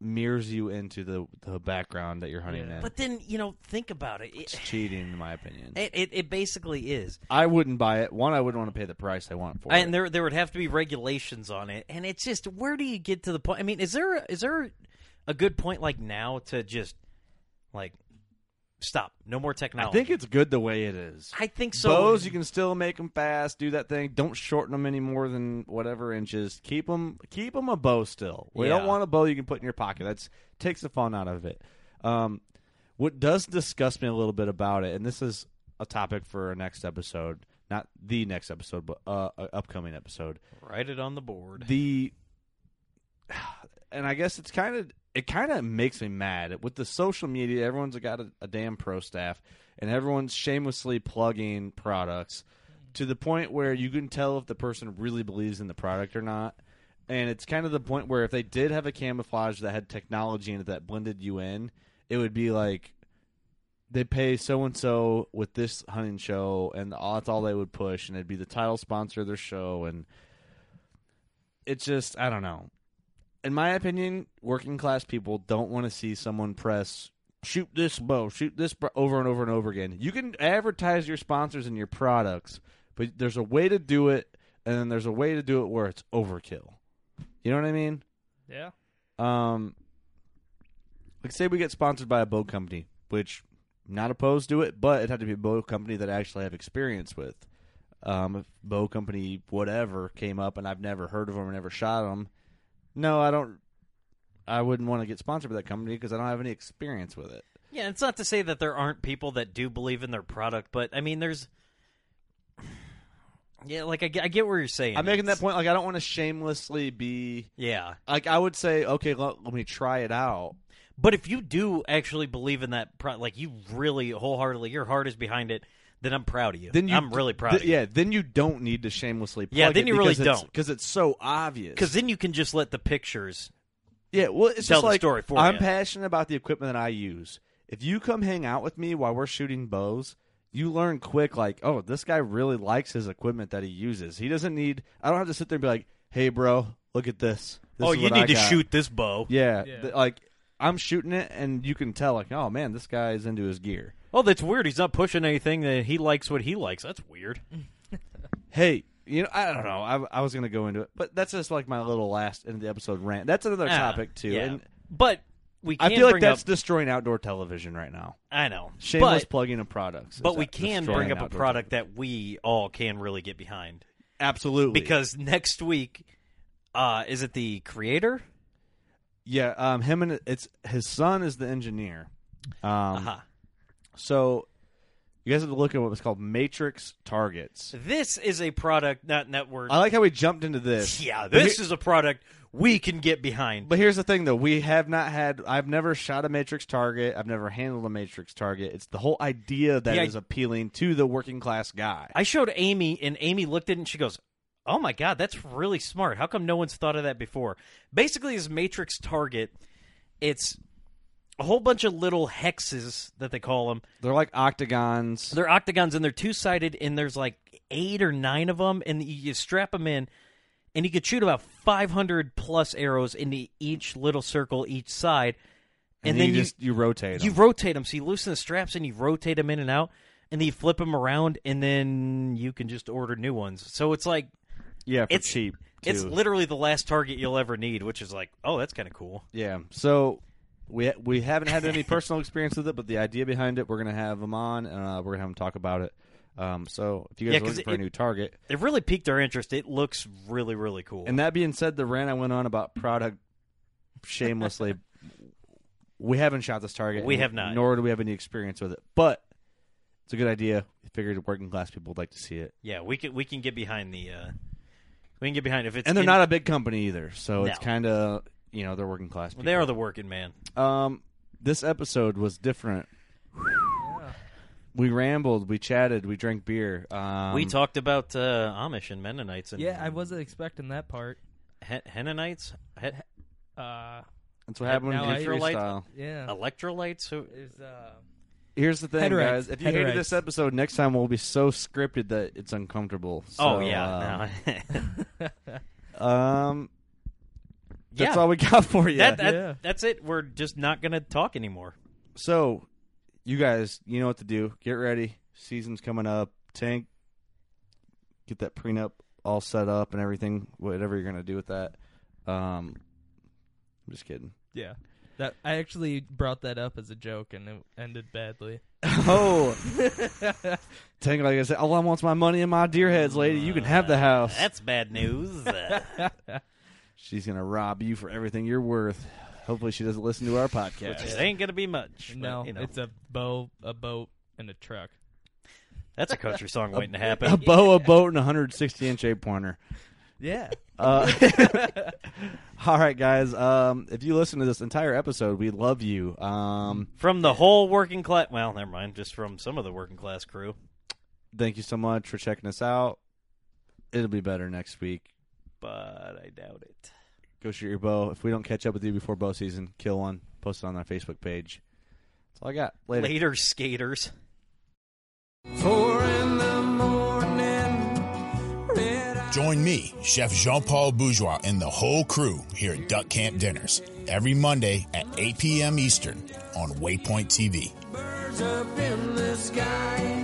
Speaker 7: mirrors you into the the background that you're hunting in.
Speaker 6: but then you know, think about it.
Speaker 7: it's
Speaker 6: It,
Speaker 7: cheating, in my opinion.
Speaker 6: it, it, it basically is,
Speaker 7: I wouldn't buy it. One, I wouldn't want to pay the price I want for it.
Speaker 6: and there there would have to be regulations on it. And it's just, where do you get to the point? I mean, is there is there a good point like now to just like stop? No more
Speaker 7: I
Speaker 6: technology.
Speaker 7: think it's good the way it is.
Speaker 6: I think so.
Speaker 7: bows you can still make them fast do that thing don't shorten them any more than whatever inches keep them keep them a bow still we
Speaker 6: Yeah.
Speaker 7: don't want a bow you can put in your pocket that's takes the fun out of it um, what does disgust me a little bit about it and this is a topic for our next episode not the next episode but uh, a upcoming episode
Speaker 6: write it on the board.
Speaker 7: the and I guess it's kind of it kind of makes me mad with the social media. Everyone's got a, a damn pro staff, and everyone's shamelessly plugging products to the point where you can tell if the person really believes in the product or not. And it's kind of the point where if they did have a camouflage that had technology in it that blended you in, it would be like they pay so and so with this hunting show, and all, that's all they would push, and it'd be the title sponsor of their show, and it's just I don't know. In my opinion, working class people don't want to see someone press shoot this bow, shoot this bro- over and over and over again. You can advertise your sponsors and your products, but there's a way to do it, and then there's a way to do it where it's overkill. You know what I mean?
Speaker 8: Yeah.
Speaker 7: Um, like say we get sponsored by a boat company, which I'm not opposed to it, but it had to be a boat company that I actually have experience with. Um, if bow company whatever came up and I've never heard of them or never shot them, no, I don't. I wouldn't want to get sponsored by that company because I don't have any experience with it.
Speaker 6: Yeah, it's not to say that there aren't people that do believe in their product, but I mean, there's. Yeah, like I get, I get where you're saying.
Speaker 7: I'm making that
Speaker 6: It's-
Speaker 7: point. Like I don't want to shamelessly be
Speaker 6: Yeah,
Speaker 7: like I would say, okay, let, let me try it out.
Speaker 6: but if you do actually believe in that, pro- like you really wholeheartedly, your heart is behind it, then I'm proud of you.
Speaker 7: Then you,
Speaker 6: I'm really proud.
Speaker 7: th-
Speaker 6: of you.
Speaker 7: yeah, then you don't need to shamelessly. Plug
Speaker 6: Yeah, then you really don't.
Speaker 7: because it's so obvious.
Speaker 6: because then you can just let the pictures.
Speaker 7: Yeah, well, it's
Speaker 6: Tell
Speaker 7: just
Speaker 6: the
Speaker 7: like
Speaker 6: story for
Speaker 7: I'm
Speaker 6: ya.
Speaker 7: passionate about the equipment that I use. If you come hang out with me while we're shooting bows, you learn quick. Like, oh, this guy really likes his equipment that he uses. He doesn't need. I don't have to sit there and be like, "Hey, bro, look at this." This
Speaker 6: oh,
Speaker 7: is
Speaker 6: you
Speaker 7: what I
Speaker 6: need to
Speaker 7: got."
Speaker 6: shoot this bow.
Speaker 7: Yeah,
Speaker 8: Yeah.
Speaker 7: th- like I'm shooting it, and you can tell. Like, oh man, this guy is into his gear.
Speaker 6: Oh, that's weird. He's not pushing anything. That he likes what he likes. That's weird.
Speaker 7: Hey, you know, I don't know. I, I was gonna go into it, but that's just like my little last end of the episode rant. That's another
Speaker 6: Ah,
Speaker 7: topic too,
Speaker 6: yeah.
Speaker 7: and
Speaker 6: but we. Can
Speaker 7: I feel like
Speaker 6: bring
Speaker 7: that's
Speaker 6: up,
Speaker 7: destroying outdoor television right now.
Speaker 6: I know.
Speaker 7: Shameless
Speaker 6: but,
Speaker 7: plugging of products.
Speaker 6: but
Speaker 7: is
Speaker 6: we
Speaker 7: that
Speaker 6: can
Speaker 7: destroying
Speaker 6: bring up a
Speaker 7: outdoor
Speaker 6: product that we all can really get behind.
Speaker 7: television? Absolutely.
Speaker 6: because next week uh is it the creator
Speaker 7: yeah, um, him and it's his son is the engineer. Um,
Speaker 6: uh-huh.
Speaker 7: So you guys have to look at what was called Matrix Targets.
Speaker 6: this is a product not network
Speaker 7: I like how we jumped into this.
Speaker 6: yeah
Speaker 7: But
Speaker 6: this
Speaker 7: he-
Speaker 6: is a product we can get behind
Speaker 7: But here's the thing, though. We have not had. I've never shot a Matrix target. I've never handled a Matrix target. It's the whole idea that is
Speaker 6: Yeah, I-
Speaker 7: appealing to the working class guy.
Speaker 6: i showed amy and amy looked at it and she goes oh my god that's really smart how come no one's thought of that before basically this matrix target it's a whole bunch of little hexes that they call them
Speaker 7: They're like octagons.
Speaker 6: They're octagons and they're two sided, and there's like eight or nine of them, and you you strap them in, and you could shoot about 500 plus arrows into each little circle each side, and, then
Speaker 7: you,
Speaker 6: you
Speaker 7: just you rotate. 'em.
Speaker 6: you rotate them. So you loosen the straps and you rotate them in and out, and then you flip them around, and then you can just order new ones. So it's like
Speaker 7: yeah, for
Speaker 6: it's
Speaker 7: cheap.
Speaker 6: It's
Speaker 7: too.
Speaker 6: literally the last target you'll ever need, which is like, oh, that's kind of cool.
Speaker 7: Yeah. So we we haven't had any personal experience with it, but the idea behind it, we're gonna have them on and uh, we're gonna have them talk about it. Um, so if you guys
Speaker 6: Yeah,
Speaker 7: are
Speaker 6: 'cause
Speaker 7: looking for a
Speaker 6: it-
Speaker 7: new target,
Speaker 6: It really piqued our interest. It looks really, really cool.
Speaker 7: and that being said, the rant I went on about product shamelessly, we haven't shot this target.
Speaker 6: We
Speaker 7: and
Speaker 6: have not.
Speaker 7: nor do we have any experience with it. But it's a good idea. We figured working class people would like to see it,
Speaker 6: Yeah, we can we can get behind the uh, we can get behind if it's
Speaker 7: and they're
Speaker 6: in-
Speaker 7: not a big company either, so it's
Speaker 6: No.
Speaker 7: kind of you know they're working class. People.
Speaker 6: they are the working man.
Speaker 7: Um, this episode was different. We rambled, we chatted, we drank beer. Um,
Speaker 6: we talked about uh, Amish and Mennonites and
Speaker 8: Yeah, I wasn't expecting that part.
Speaker 6: Hen- Hennonites, he-
Speaker 8: Uh,
Speaker 7: That's what happened
Speaker 8: now
Speaker 7: when
Speaker 8: I-
Speaker 7: history
Speaker 6: Electrolyte-
Speaker 7: style.
Speaker 8: yeah.
Speaker 6: electrolytes. Who,
Speaker 8: Is uh,
Speaker 7: Here's the thing,
Speaker 8: Heterites.
Speaker 7: guys. If you hated this
Speaker 8: Heterites.
Speaker 7: episode, next time we'll be so scripted that it's uncomfortable. So, uh,
Speaker 6: oh yeah, no.
Speaker 7: Um, um, that's
Speaker 6: Yeah.
Speaker 7: all we got for you.
Speaker 6: that, that,
Speaker 8: Yeah.
Speaker 6: that's it. We're just not gonna talk anymore.
Speaker 7: so, you guys, you know what to do. Get ready. Season's coming up. Tank, get that prenup all set up and everything. Whatever you're gonna do with that. Um, I'm just kidding.
Speaker 8: yeah. That I actually brought that up as a joke and it ended badly.
Speaker 7: Oh, Tank, like I said, all I want's my money and my deer heads, lady. You can have the house.
Speaker 6: That's bad news. Uh,
Speaker 7: She's gonna rob you for everything you're worth. Hopefully, she doesn't listen to our podcast.
Speaker 6: it ain't gonna be much. but,
Speaker 8: no,
Speaker 6: you know,
Speaker 8: it's a bow, a boat, and a truck.
Speaker 6: that's a country song waiting to
Speaker 7: a
Speaker 6: happen.
Speaker 7: bow, a boat, and a 160 inch eight pointer.
Speaker 8: Yeah.
Speaker 7: Uh, all right, guys. Um, if you listen to this entire episode, we love you. Um,
Speaker 6: From the whole working class. Well, never mind. Just from some of the working class crew.
Speaker 7: thank you so much for checking us out. It'll be better next week.
Speaker 6: But I doubt it.
Speaker 7: Go shoot your bow. If we don't catch up with you before bow season, kill one. Post it on our Facebook page. That's all I got. Later.
Speaker 6: Later, skaters.
Speaker 9: Join me, Chef Jean Paul Bourgeois, and the whole crew here at Duck Camp Dinners every Monday at 8 p.m. Eastern on Waypoint TV.
Speaker 10: Birds up in the sky.